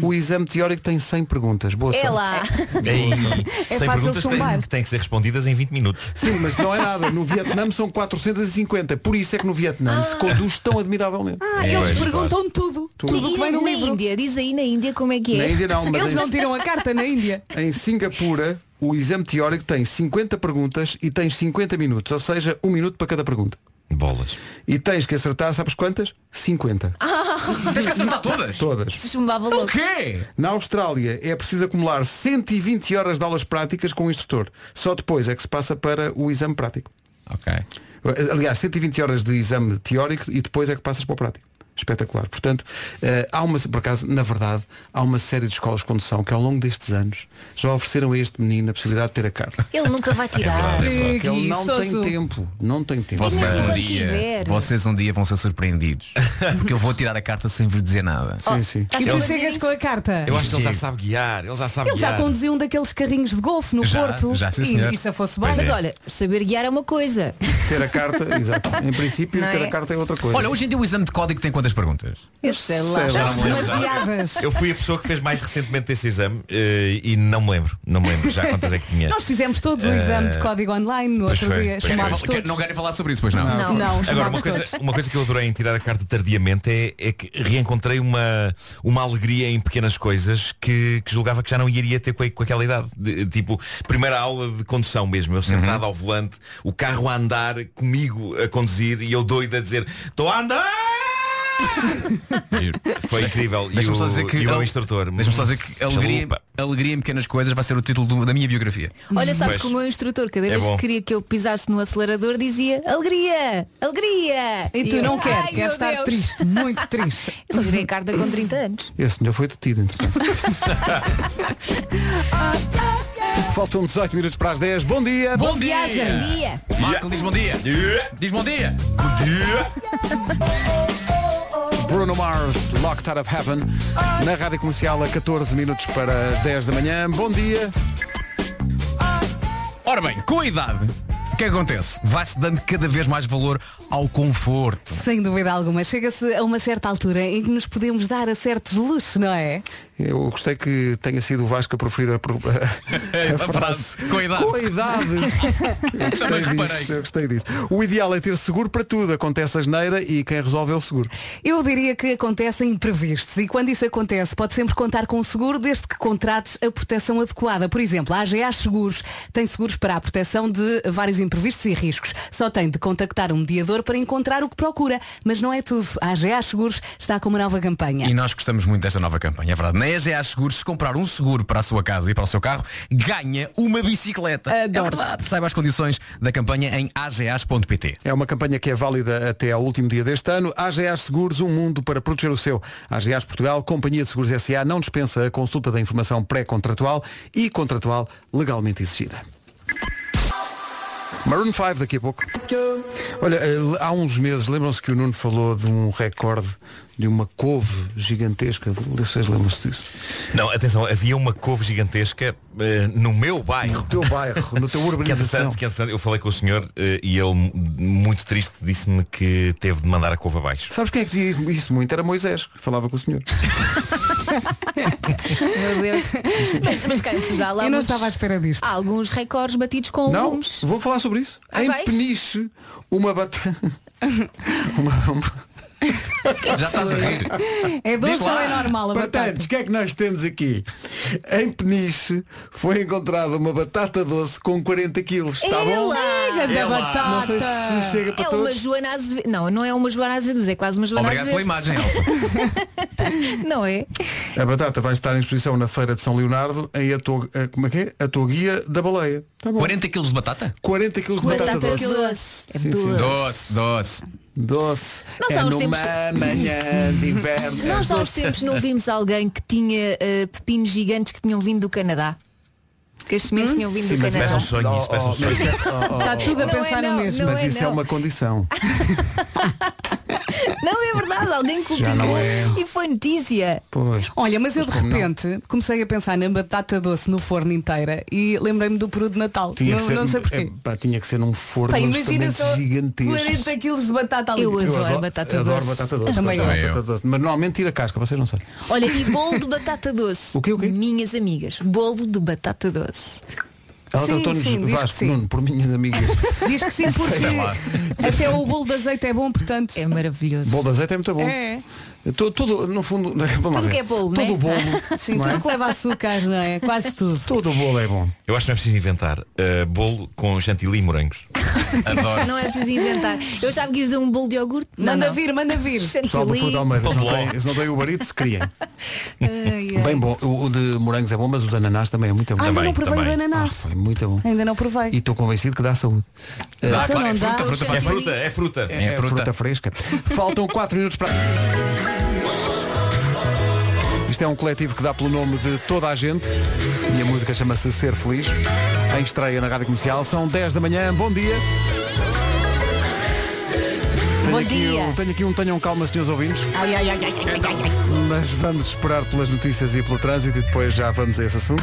o exame teórico tem 100 perguntas. Boa É sorte. lá. [laughs] Ei, É sem fácil perguntas que têm, chumbar. que têm que ser respondidas em 20 minutos. Sim, mas não é nada. No Vietnã são 450. Por isso é que no Vietnã se conduz tão admiravelmente. Ah, É, eles pois, perguntam tudo. Tudo E- que e vem no na livro. Índia, diz aí na Índia como é que é. Na Índia não, mas Eles em- não tiram a carta na [laughs] Índia. Em Singapura, o exame teórico tem 50 perguntas e tens 50 minutos, ou seja, um minuto para cada pergunta. Bolas. E tens que acertar, sabes quantas? 50. Tens que acertar todas. Todas. É Se Ah. chumbava O logo. quê? Na Austrália é preciso acumular 120 horas de aulas práticas com o instrutor. Só depois é que se passa para o exame prático. Ok. Aliás, 120 horas de exame teórico e depois é que passas para o prático. espetacular. Portanto, eh, há uma, por acaso, na verdade, há uma série de escolas de condução que ao longo destes anos já ofereceram a este menino a possibilidade de ter a carta. Ele nunca É vai É tirar. Que ele não tem tempo, não tem tempo. Vocês Mas um, quando dia, tiver. vocês um dia vão [laughs] ser surpreendidos. Porque eu vou tirar a carta sem vos dizer nada. Oh, Oh, Sim, sim. E tu chegas com a carta. Eu acho que ele já Ele sabe guiar, ele já sabe Ele já guiar. conduziu um daqueles carrinhos de golfe no Já, Porto. já, sim, senhor. e, e se fosse bom. Pois Mas é. olha, saber guiar é uma coisa. Ter a [laughs] carta, exato. Em princípio, Não ter é? a carta é outra coisa. Olha, hoje em dia o exame de código tem quantas perguntas? Eu é. sei Sei lá. lá, não me lembro. Eu fui a pessoa que fez mais recentemente esse exame eh, e não me lembro. Não me lembro já quantas é que tinha. Nós fizemos todos o Eh, exame de código online no pois outro foi, dia. pois foi. Chamámos Quer- todos. Não querem falar sobre isso, pois não. Não, não, Agora, chamámos uma todos. coisa, uma coisa que eu adorei em tirar a carta tardiamente é, é que reencontrei uma, uma alegria em pequenas coisas que, que julgava que já não iria ter com, a- com aquela idade. De- tipo, primeira aula de condução mesmo, eu sentado Uhum. ao volante, o carro a andar, comigo a conduzir e eu doido a dizer, estou a andar! Foi incrível. E Deixa-me o, só dizer que e o al- instrutor. hum, Deixa-me só dizer que alegria, alegria em pequenas coisas vai ser o título do- da minha biografia. Olha, sabes Pois. que o meu instrutor, cada É vez bom. que queria que eu pisasse no acelerador, dizia alegria, alegria. E tu não eu, quer, "Ai, quer meu estar Deus." triste, muito triste. [laughs] Eu só tirei a carta com 30 anos. Esse senhor foi detido, entretanto. Faltam 18 minutos para as 10. Bom dia! Boa viagem. Bom dia. Marco diz bom dia. Diz bom dia. Bruno Mars, Locked Out of Heaven, na Rádio Comercial a 14 minutos para as 10 da manhã. Bom dia! Ora bem, com a idade, o que é que acontece? Vai-se dando cada vez mais valor ao conforto. Sem dúvida alguma. Chega-se a uma certa altura em que nos podemos dar a certos luxos, não é? Eu gostei que tenha sido o Vasco a proferir a, pro- [laughs] a, É, A frase, com a idade. Com a idade. [laughs] Eu gostei, Também reparei. disso, eu gostei disso. O ideal é ter seguro para tudo. Acontece a geneira e quem resolve é o seguro. Eu diria que acontecem imprevistos e quando isso acontece pode sempre contar com o seguro desde que contrates a proteção adequada. Por exemplo, a AGA Seguros tem seguros para a proteção de vários imprevistos e riscos. Só tem de contactar um mediador para encontrar o que procura. Mas não é tudo. A AGA Seguros está com uma nova campanha. E nós gostamos muito desta nova campanha, é verdade. Na EGA Seguros, se comprar um seguro para a sua casa e para o seu carro, ganha uma bicicleta. É verdade. Saiba as condições da campanha em agas.pt. É uma campanha que é válida até ao último dia deste ano. AGAs Seguros, um mundo para proteger o seu. AGAs Portugal, Companhia de Seguros SA, não dispensa a consulta da informação pré-contratual e contratual legalmente exigida. Maroon 5 daqui a pouco. Olha, eh, há uns meses, lembram-se que o Nuno falou de um recorde de uma couve gigantesca. Vocês lembram-se disso? Não, atenção, havia uma couve gigantesca eh, no meu bairro. No teu bairro, no teu urbanização. Que, entretanto, que, entretanto, eu falei com o senhor eh, e ele, m- muito triste, disse-me que teve de mandar a couve abaixo. Sabes quem é que dizia isso muito? Era Moisés, que falava com o senhor. Meu Deus. Mas, mas cá em Portugal há Eu não muitos- estava à espera disto. Há alguns recordes batidos com Não, lumes. vou falar sobre isso. Ah, em vais? Peniche, uma batata. [laughs] uma... uma- [laughs] Já estás a rir. É doce ou é normal a batata? Portanto, o que é que nós temos aqui? Em Peniche foi encontrada uma batata doce com 40 quilos. Está bom? Ela! Da batata. Não sei se chega para É uma todos. Joana Azevedo. Não, não é uma Joana Azevedo, mas é quase uma Joana Obrigado pela Azevedo. imagem, Elsa. [laughs] Não é? A batata vai estar em exposição na Feira de São Leonardo em a tua, como é que é? A tua guia da baleia. Tá bom. 40 quilos de batata? 40 quilos de batata, Batata doce. doce. Sim, É sim. doce. Doce, doce. Doce. Nós é há uns numa tempos- manhã de inverno. [laughs] é Nós há uns doce. tempos não vimos alguém que tinha eh, pepinos gigantes que tinham vindo do Canadá. Que as sementes Hum? tinham vindo Sim, do mas Canadá. Parece um sonho, isso parece um Oh, sonho. oh, oh, Está tudo a Não pensar é no não, mesmo. não Mas é isso é não. uma condição. Não, é verdade, alguém cultivou não é. e foi notícia. Pois. Olha, mas eu de repente comecei a pensar na batata doce no forno inteira e lembrei-me do peru de Natal. Tinha, Não, que ser, não sei porquê. é, pá, tinha que ser num forno Pá, Pá, imagina só gigantesco. 40 quilos de batata ali. Eu adoro, adoro- batata adoro doce. batata doce. Também adoro eu. batata doce. Mas normalmente tira a casca, vocês não sabem. Olha, [laughs] e bolo de batata doce. O quê, o quê? Minhas amigas, bolo de batata doce. Ela Sim, tratou-nos sim, de diz que Vasco, sim. Nuno, por minhas amigas. Diz [laughs] que [laughs] sim, porque até o bolo de azeite é bom, portanto. É maravilhoso. bolo de azeite é muito bom. É. Tu- Tudo, no fundo, [laughs] vamos lá Tudo ver. que é bolo, Todo né? o [laughs] bolo. Sim, não é? tudo que leva açúcar, não é? Quase tudo. Todo o bolo é bom. [laughs] Eu acho que não é preciso inventar. eh, bolo com chantilly e morangos. Adoro. Não é preciso inventar. Eu já me quis dizer um bolo de iogurte. Manda vir, manda vir. Pessoal do Fruto Almeida, eles não têm- eles não têm o barito, se [laughs] criem. Bem bom, o, o de morangos é bom, mas o de ananás também é muito bom. Ah, ainda não provei o ananás. É muito bom. Ainda não provei. E estou convencido que dá saúde. Dá, Eh, claro, é fruta, fruta fresca. É fruta, é fruta. É, É fruta. fruta fresca. Faltam 4 minutos para. Isto é um coletivo que dá pelo nome de toda a gente e a música chama-se Ser Feliz. Em estreia na Rádio Comercial. São 10 da manhã. Bom dia. Bom aqui dia. Um, tenho aqui um tenham calma, senhores ouvintes. [laughs] Ai, ai, ai, ai, ai, ai, ai. Mas vamos esperar pelas notícias e pelo trânsito e depois já vamos a esse assunto.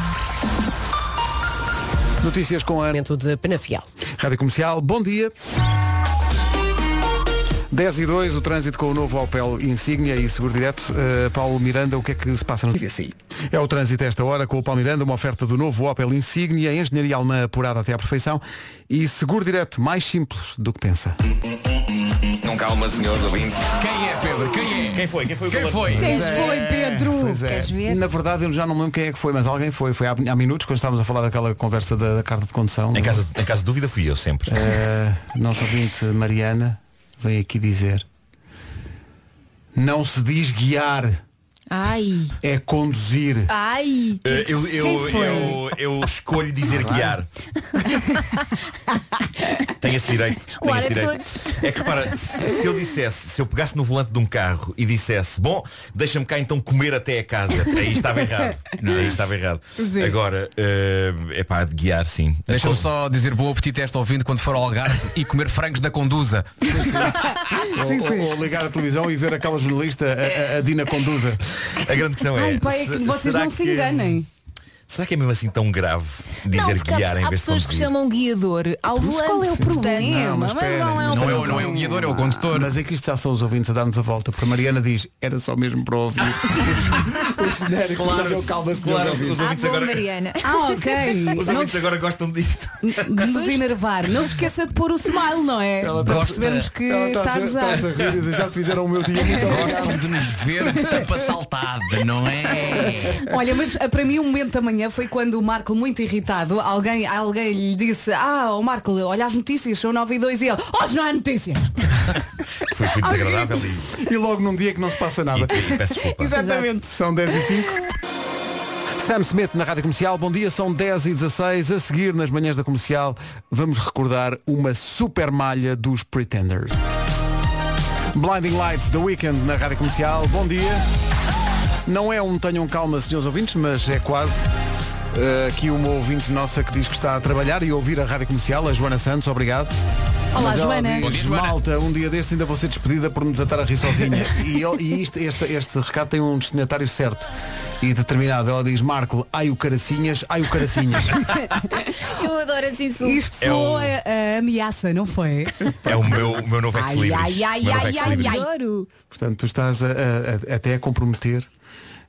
Notícias com a Momento de Penafiel. Rádio Comercial, bom dia. 10 e 2, o trânsito com o novo Opel Insignia e Seguro Direto. Eh, Paulo Miranda, o que é que se passa no É o trânsito a esta hora com o Paulo Miranda, uma oferta do novo Opel Insignia, engenharia alemã apurada até à perfeição e Seguro Direto mais simples do que pensa. Não calma, senhores ouvintes. Quem é, Pedro? Quem é? Quem foi? Quem foi? Quem foi? Pois é, foi, Pedro? pois é. Queres Na verdade, eu já não me lembro quem é que foi, mas alguém foi. Foi há, há minutos, quando estávamos a falar daquela conversa da, da carta de condução. é? Em caso, em caso de dúvida fui eu sempre. Eh, nosso ouvinte Mariana veio aqui dizer Não se diz guiar Ai. É conduzir Ai. Eh, eu, eu, Quem foi? eu, eu escolho dizer [laughs] guiar. Tem esse direito. O Tem ar esse é direito. todos. É que repara, se, se eu dissesse, se eu pegasse no volante de um carro e dissesse, bom, deixa-me cá então comer até a casa, aí estava errado. Não é? Aí estava errado. Sim. Agora, é pá, de guiar sim. Deixa-me só dizer boa apetite a esta ouvinte quando for ao Algarve e comer frangos da Conduza. ou, ou- ou ligar a televisão e ver aquela jornalista a, a- a Dina Conduza A grande questão Ai, pai, é que vocês não se enganem. Será que é mesmo assim tão grave dizer porque há, guiar em há vez de pessoas que conduzir? chamam guiador ao Mas volante. qual é o portanto. problema? Não, mas Mas espera, não é o não é o- problema. não é o guiador, é o condutor Mas é que isto já são os ouvintes a dar-nos a volta Porque a Mariana diz, era só mesmo para ouvir [laughs] [laughs] O genérico Claro, claro, calma claro, os ouvintes agora- Ah, ok. Os Não- ouvintes agora gostam disto. de nos enervar. Não se esqueça de pôr o smile, não é? Para percebermos que está a gozar. já fizeram o meu dia Gostam de nos ver de tampa saltada, não é? [laughs] Olha, mas ah, para mim o momento da manhã foi quando o Marco, muito irritado, alguém, alguém lhe disse, ah, o Marco, olha as notícias, são 9 e 2 e ele, hoje não há notícias. Foi, foi desagradável e E logo num dia que não se passa nada peço [laughs] desculpa. Exatamente. São 10 e 5 Sam Smith na Rádio Comercial, bom dia, são 10 e 16 A seguir, nas manhãs da Comercial, vamos recordar uma super malha dos Pretenders. Blinding Lights, The Weekend na Rádio Comercial, bom dia. Não é um tenham calma, senhores ouvintes, mas é quase. Uh, aqui uma ouvinte nossa que diz que está a trabalhar e a ouvir a Rádio Comercial, a Joana Santos, obrigado. Olá, Mas ela Joana. diz, Bom dia, Joana. Malta, um dia deste ainda vou ser despedida por me desatar a rir [laughs] sozinha. e eu- e isto- este, este recado tem um destinatário certo e determinado. Ela diz, Marco, ai o caracinhas, ai o caracinhas. [laughs] Eu adoro assim Isto É um soa a ameaça, não foi? É o meu, o meu novo ex Ai, libris. ai, ai, O meu novo ai, ex ai, libris. ai. Adoro. Portanto, tu estás a- a- a- até a comprometer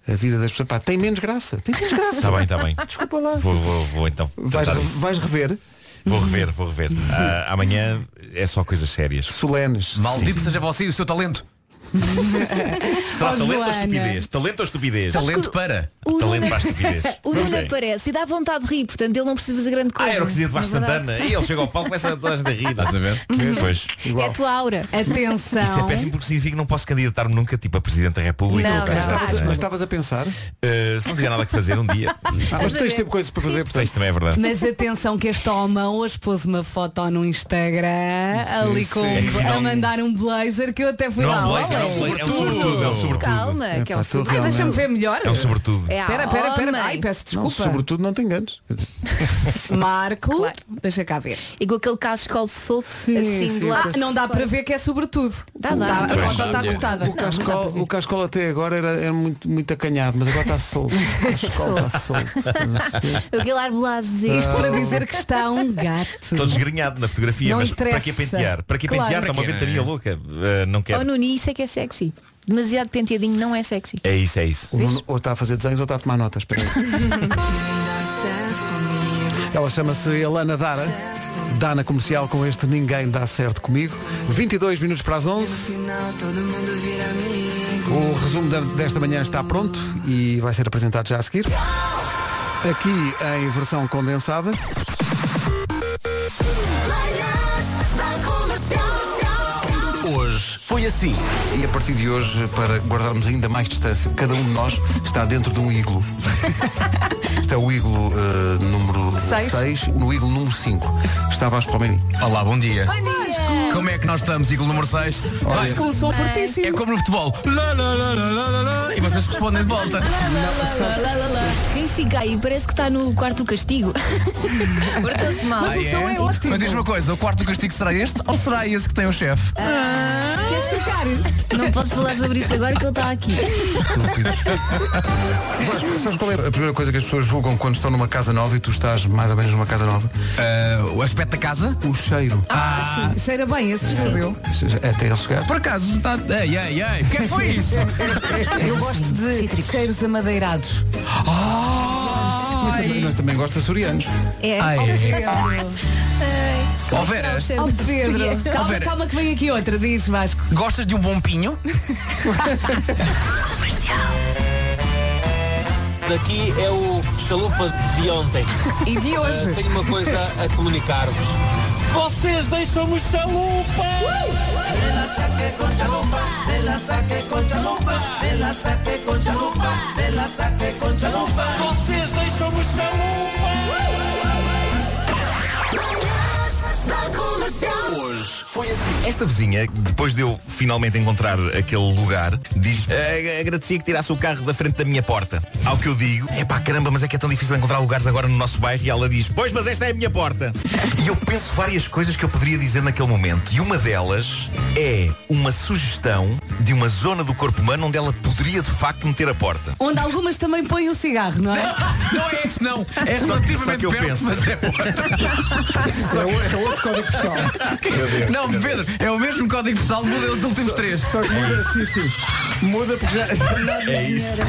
a vida das pessoas. Pá, tem menos graça. Tem menos graça. Está Tá bem, está bem. Desculpa lá. Vou, vou, vou então. Vais, tratar disso. vais rever Vou rever, vou rever. Ah, amanhã é só coisas sérias. solenes. Maldito seja você e o seu talento. Será Oh, talento ou Joana. estupidez? Talento ou estupidez? Sabes que Talento para. O Talento Nuno- para a estupidez. [laughs] O é Nuno Ok. aparece e dá vontade de rir, portanto ele não precisa fazer grande coisa. Ah, era o que dizia de Vasco É verdade. Santana. E ele chega ao palco e começa a toda a gente a rir. Estás a ver? Pois. É a tua aura. [laughs] Atenção. Isso é péssimo porque significa que não posso candidatar-me nunca tipo a Presidente da República. Não, ou cara, não. está-se Mas- bem. Mas estavas a pensar? Eh, se não tiver nada que fazer um [laughs] dia. Ah, mas tens sempre coisas para fazer, portanto. Isto também é verdade. Mas atenção que este homem hoje pôs uma foto no Instagram Sim, ali com sim. É que a não- mandar um blazer que eu até fui Não é lá. um blazer, é um blazer, é olha. um sobretudo, é um sobretudo. Calma, É que é pá, o tu segundo. Ai, deixa-me ver melhor. É um sobretudo. É a Pera, pera, pera. homem. Ai, peço Não, desculpa. sobretudo não te enganes. é- Marco, deixa cá ver. E com aquele casco solto assim de lado. Ah, não dá para ver que é sobretudo. Dá, Ah, dá. a Pois, foto está olha. cortada. O cascol, tá o cascol até agora era, era muito, muito acanhado, mas agora está solto. O cascol está solto. Aquele ar Ah. blazer. Isto para dizer que está um gato. Estou desgrenhado na fotografia, Não mas interessa. para que pentear? Para que Claro. pentear? Está uma Para quê, ventaria não é? louca. Eh, não Oh quero. Nuno, isso é que é sexy. Demasiado penteadinho não é sexy. É isso, é isso. O Nuno ou está a fazer desenhos ou está a tomar notas. Espera aí. Ela chama-se Elana Dara. Dá na comercial com este Ninguém Dá Certo Comigo. 22 minutos para as 11. O resumo da- desta manhã está pronto e vai ser apresentado já a seguir. Aqui em versão condensada. Hoje foi assim. E a partir de hoje, para guardarmos ainda mais distância, cada um de nós está dentro de um iglo. Este é o iglo eh, número Seis. 6, no iglo número 5. Está Vasco Palmeirinho. Olá, bom dia. Como é que nós estamos, Igor número 6? Vasco, um som fortíssimo. É como no futebol. Lá, lá, lá, lá, lá, lá, lá, e vocês respondem de volta. Quem fica aí parece que está no quarto do [laughs] castigo. Portou-se mal. Ah, Mas diz uma coisa, o quarto do castigo será este ou será esse que tem o chefe? Ah, Queres trocar? Não posso falar sobre isso agora que ele está aqui. [laughs] Vasco, sabes qual é a primeira coisa que as pessoas julgam quando estão numa casa nova e tu estás mais ou menos numa casa nova? Ah, o aspecto da casa? O cheiro. Ah, sim. Cheira bem esse estúdio. Até ele chegar. Por acaso, tá... ei, ei, ei, o que é que foi isso? [laughs] Eu gosto de cheiros amadeirados. [laughs] Mas também, mas também gosto de açorianos. É. Ah, é? Ai. Ó, Vera. Oh, Pedro, Ó, calma, Vera. calma que vem aqui outra, diz Vasco. Gostas de um bom [laughs] pinho? Daqui é o chalupa de ontem. E Ah, de hoje. tenho uma coisa a comunicar-vos. Vocês deixam-me chalupa! Vocês deixam-me chalupa! Hoje foi assim. Esta vizinha, depois de eu finalmente encontrar aquele lugar, diz "Ah, agradecia que tirasse o carro da frente da minha porta. Ao que eu digo, é pá caramba, mas é que é tão difícil encontrar lugares agora no nosso bairro e ela diz, pois mas esta é a minha porta. E eu penso várias coisas que eu poderia dizer naquele momento. E uma delas é uma sugestão de uma zona do corpo humano onde ela poderia de facto meter a porta. Onde algumas também põem o cigarro, não é? Não é isso, não. É Só que- só que relativamente eu perto, penso. mas é É outro código postal. Não, Pedro, é o mesmo código postal, muda os últimos três. Só que muda, sim, sim. Muda porque já. É isso.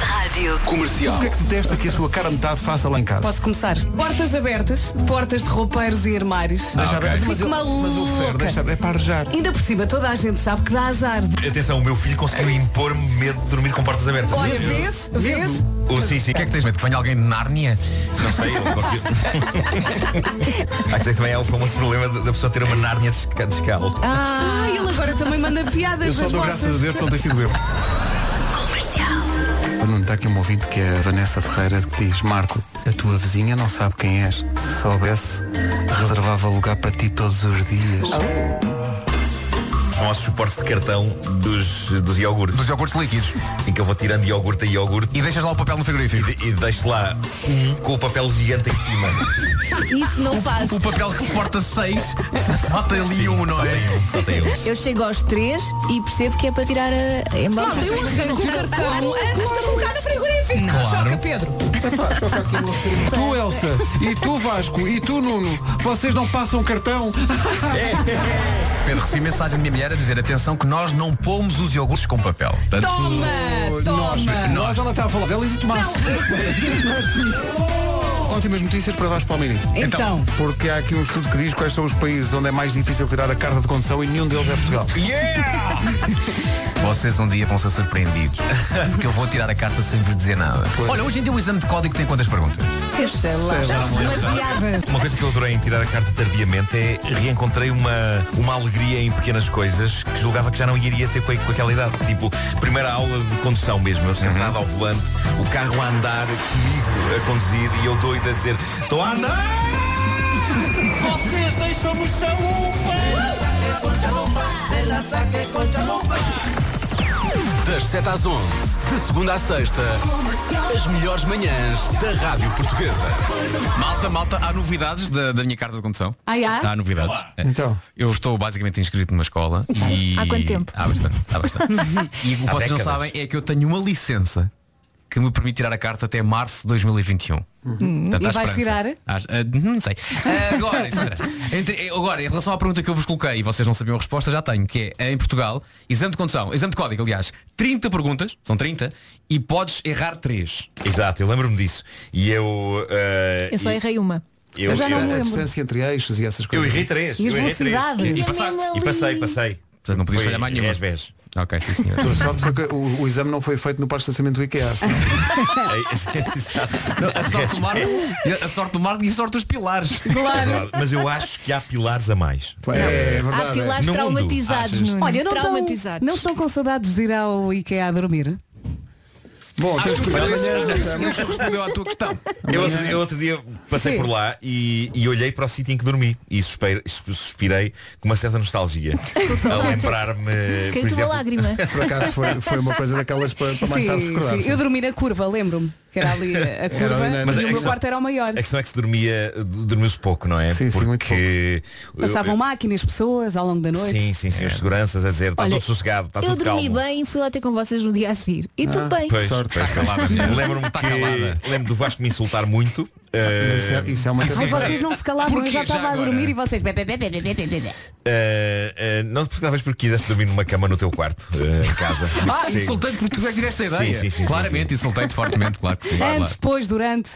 Rádio O que é que detesta que a sua cara metade faça lá em casa? Posso começar? Portas abertas, portas de roupeiros e armários. Deixa aberto, Ah, mas Fico eu- mas o ferro maluca. deixa- é para arejar. Ainda por cima, toda a gente sabe que dá azar. Atenção, o meu filho conseguiu impor-me medo de dormir com portas abertas. Olha, vês? Vês? Oh, sim, sim. O que é que tens medo? Que venha alguém de Nárnia? Não sei, eu consegui. Há que dizer que também é o famoso problema de- da pessoa ter uma nárnia desca- descalço. Ah, ele agora também manda piadas Eu só nas dou vossas. graças a Deus por não ter sido eu. Comercial. Não está aqui um ouvinte que é a Vanessa Ferreira que diz Marco, a tua vizinha não sabe quem és. Se soubesse, reservava lugar para ti todos os dias. Ah. Os famosos suportes de cartão dos, dos iogurtes. Dos iogurtes líquidos. Sim, que eu vou tirando iogurte a iogurte. E deixas lá o papel no frigorífico. E, de- e deixo lá um com o papel gigante em cima. Isso não faz. O papel que suporta seis, só tem ali Sim, um, não só é? tem um, só tem um. Eu chego aos três e percebo que é para tirar a a embalagem. Não, eu arranco o um cartão antes de colocar no frigorífico. Claro. Choca, Pedro. Tu, Elsa, e tu, Vasco, e tu, Nuno, vocês não passam cartão? Pedro, recebi mensagem da minha mulher a dizer atenção que nós não pomos os iogurtes com papel. Portanto, Toma, Nós, toma. nós, ela está a falar dela e de Tomás. [laughs] Ótimas notícias para Vasco Palmeirinho. Então. Porque há aqui um estudo que diz quais são os países onde é mais difícil tirar a carta de condução e nenhum deles é Portugal. Yeah! [laughs] Vocês um dia vão ser surpreendidos. Porque eu vou tirar a carta sem vos dizer nada. Olha, hoje em dia o exame de código tem quantas perguntas? Sei lá. Demasiadas. Uma coisa que eu adorei em tirar a carta tardiamente é reencontrei uma, uma alegria em pequenas coisas que julgava que já não iria ter com, a- com aquela idade. Tipo, primeira aula de condução mesmo, eu sentado ao volante, o carro a andar, comigo a conduzir e eu doido a dizer, estou a andar! Vocês deixam-me chalupa! Das 7 às 11, de segunda à sexta, as melhores manhãs da Rádio Portuguesa. Malta, malta, há novidades da, da minha carta de condução? Ai, há? Há novidades. É. Então. Eu estou basicamente inscrito numa escola e. Há quanto tempo? Há bastante, há bastante. e o que Há vocês não décadas. sabem é que eu tenho uma licença que me permite tirar a carta até março de 2021. Uhum. Portanto, E há vais esperança. tirar? Às- ah, não sei. Ah, agora, isso interessa. Entre- eh, agora, em relação à pergunta que eu vos coloquei e vocês não sabiam a resposta, já tenho, que é em Portugal, exame de condução, exame de código, aliás, 30 perguntas, são 30, e podes errar 3. Exato, eu lembro-me disso. E eu. eh, Eu só e- errei uma. Eu, a distância entre eixos e essas eu coisas. errei três. E as eu errei três. velocidades? E, e passaste. E passei, passei. Portanto, não podias Foi falhar mais nenhuma. dez vezes. Ok, sim [laughs] senhor. A tua sorte foi que o, o exame não foi feito no parque de estacionamento do IKEA. Não, a, sorte do Marco, a sorte do Marco e a sorte dos [laughs] pilares. É verdade, Mas eu acho que há pilares a mais. É, Há pilares No mundo, traumatizados, achas? Nuno. Olha, não estão, traumatizados. não estão com saudades de ir ao IKEA a dormir? Bom, Acho temos que que ir foi esse- amanhã, esse- esse respondeu à tua questão. Eu outro, eu outro dia passei por lá e, e olhei para o sítio em que dormi e suspirei, suspirei com uma certa nostalgia. a lembrar-me, por Caiu-te uma exemplo, [laughs] lágrima. Por acaso foi, foi uma coisa daquelas para, para mais tarde Sim, recordar. sim. Eu dormi na curva, lembro-me. Que era ali a a curva. ali na- Mas Mas a o meu questão- quarto era o maior. a questão é que se dormia, dormiu-se pouco, não é? Sim, sim, muito Porque Passavam máquinas, pessoas ao longo da noite. Sim, sim, É. sim, os seguranças a dizer, está Olha, tudo sossegado, está eu tudo dormi calmo. bem e fui lá ter com vocês no dia a seguir. E Ah, tudo Ah. bem. Pois, Sorte. pois, [laughs] tá calada, mulher. lembro-me Tá que calada. lembro do Vasco me insultar [laughs] muito. eh, Isso é, isso é uma Ai, catástrofe. vocês não se calavam, eu Porquê já já estava a agora? dormir e vocês. Bé, bé, bé, bé, bé, bé, bé, bé. eh, eh, não porque talvez porque quisesse dormir numa cama no teu quarto, eh, em casa. [laughs] Ah, Sossego. insultante porque tu é que tiveste Sim, esta ideia. sim, sim, sim, Claramente, insultei-te fortemente, claro que sim. Claro, Antes, depois, durante.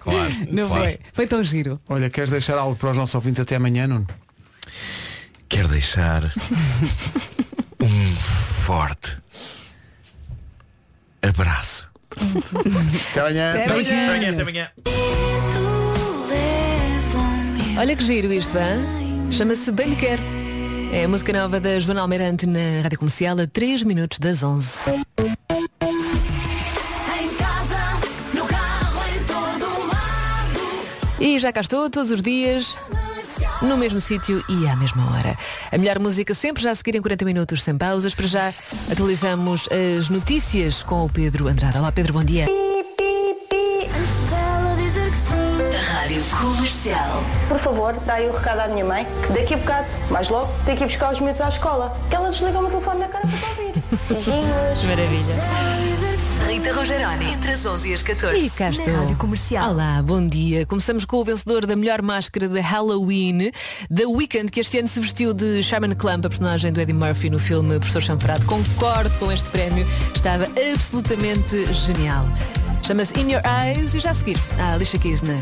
claro. Não claro. foi. Foi tão giro. Olha, queres deixar algo para os nossos ouvintes até amanhã, Nuno? Quero [laughs] deixar um forte abraço. Até amanhã. Até amanhã, até amanhã. Olha que giro isto, hã? Chama-se Bem Me Quer. É a música nova da Joana Almeirante na Rádio Comercial a 3 minutos das 11. Em casa, no carro, em todo lado. E já cá estou todos os dias, no mesmo sítio e à mesma hora. A melhor música sempre já a seguir em 40 minutos sem pausas. Para já atualizamos as notícias com o Pedro Andrade. Olá Pedro, bom dia. Antes dela dizer que sim. Rádio Comercial. Por favor, dai o recado à minha mãe, que daqui a bocado, mais logo, tenho que ir buscar os miúdos à escola. Que ela desliga o meu telefone na cara para ouvir. Beijinhos. Maravilha. Rita Rogeroni, entre as 11 e as 14. E cá estou. Olá, bom dia. Começamos com o vencedor da melhor máscara de Halloween, The Weeknd, que este ano se vestiu de Shaman Clamp, a personagem do Eddie Murphy no filme Professor Chanfrado. Concordo com este prémio, estava absolutamente genial. Chama-se In Your Eyes e já a seguir, a Alicia Keys na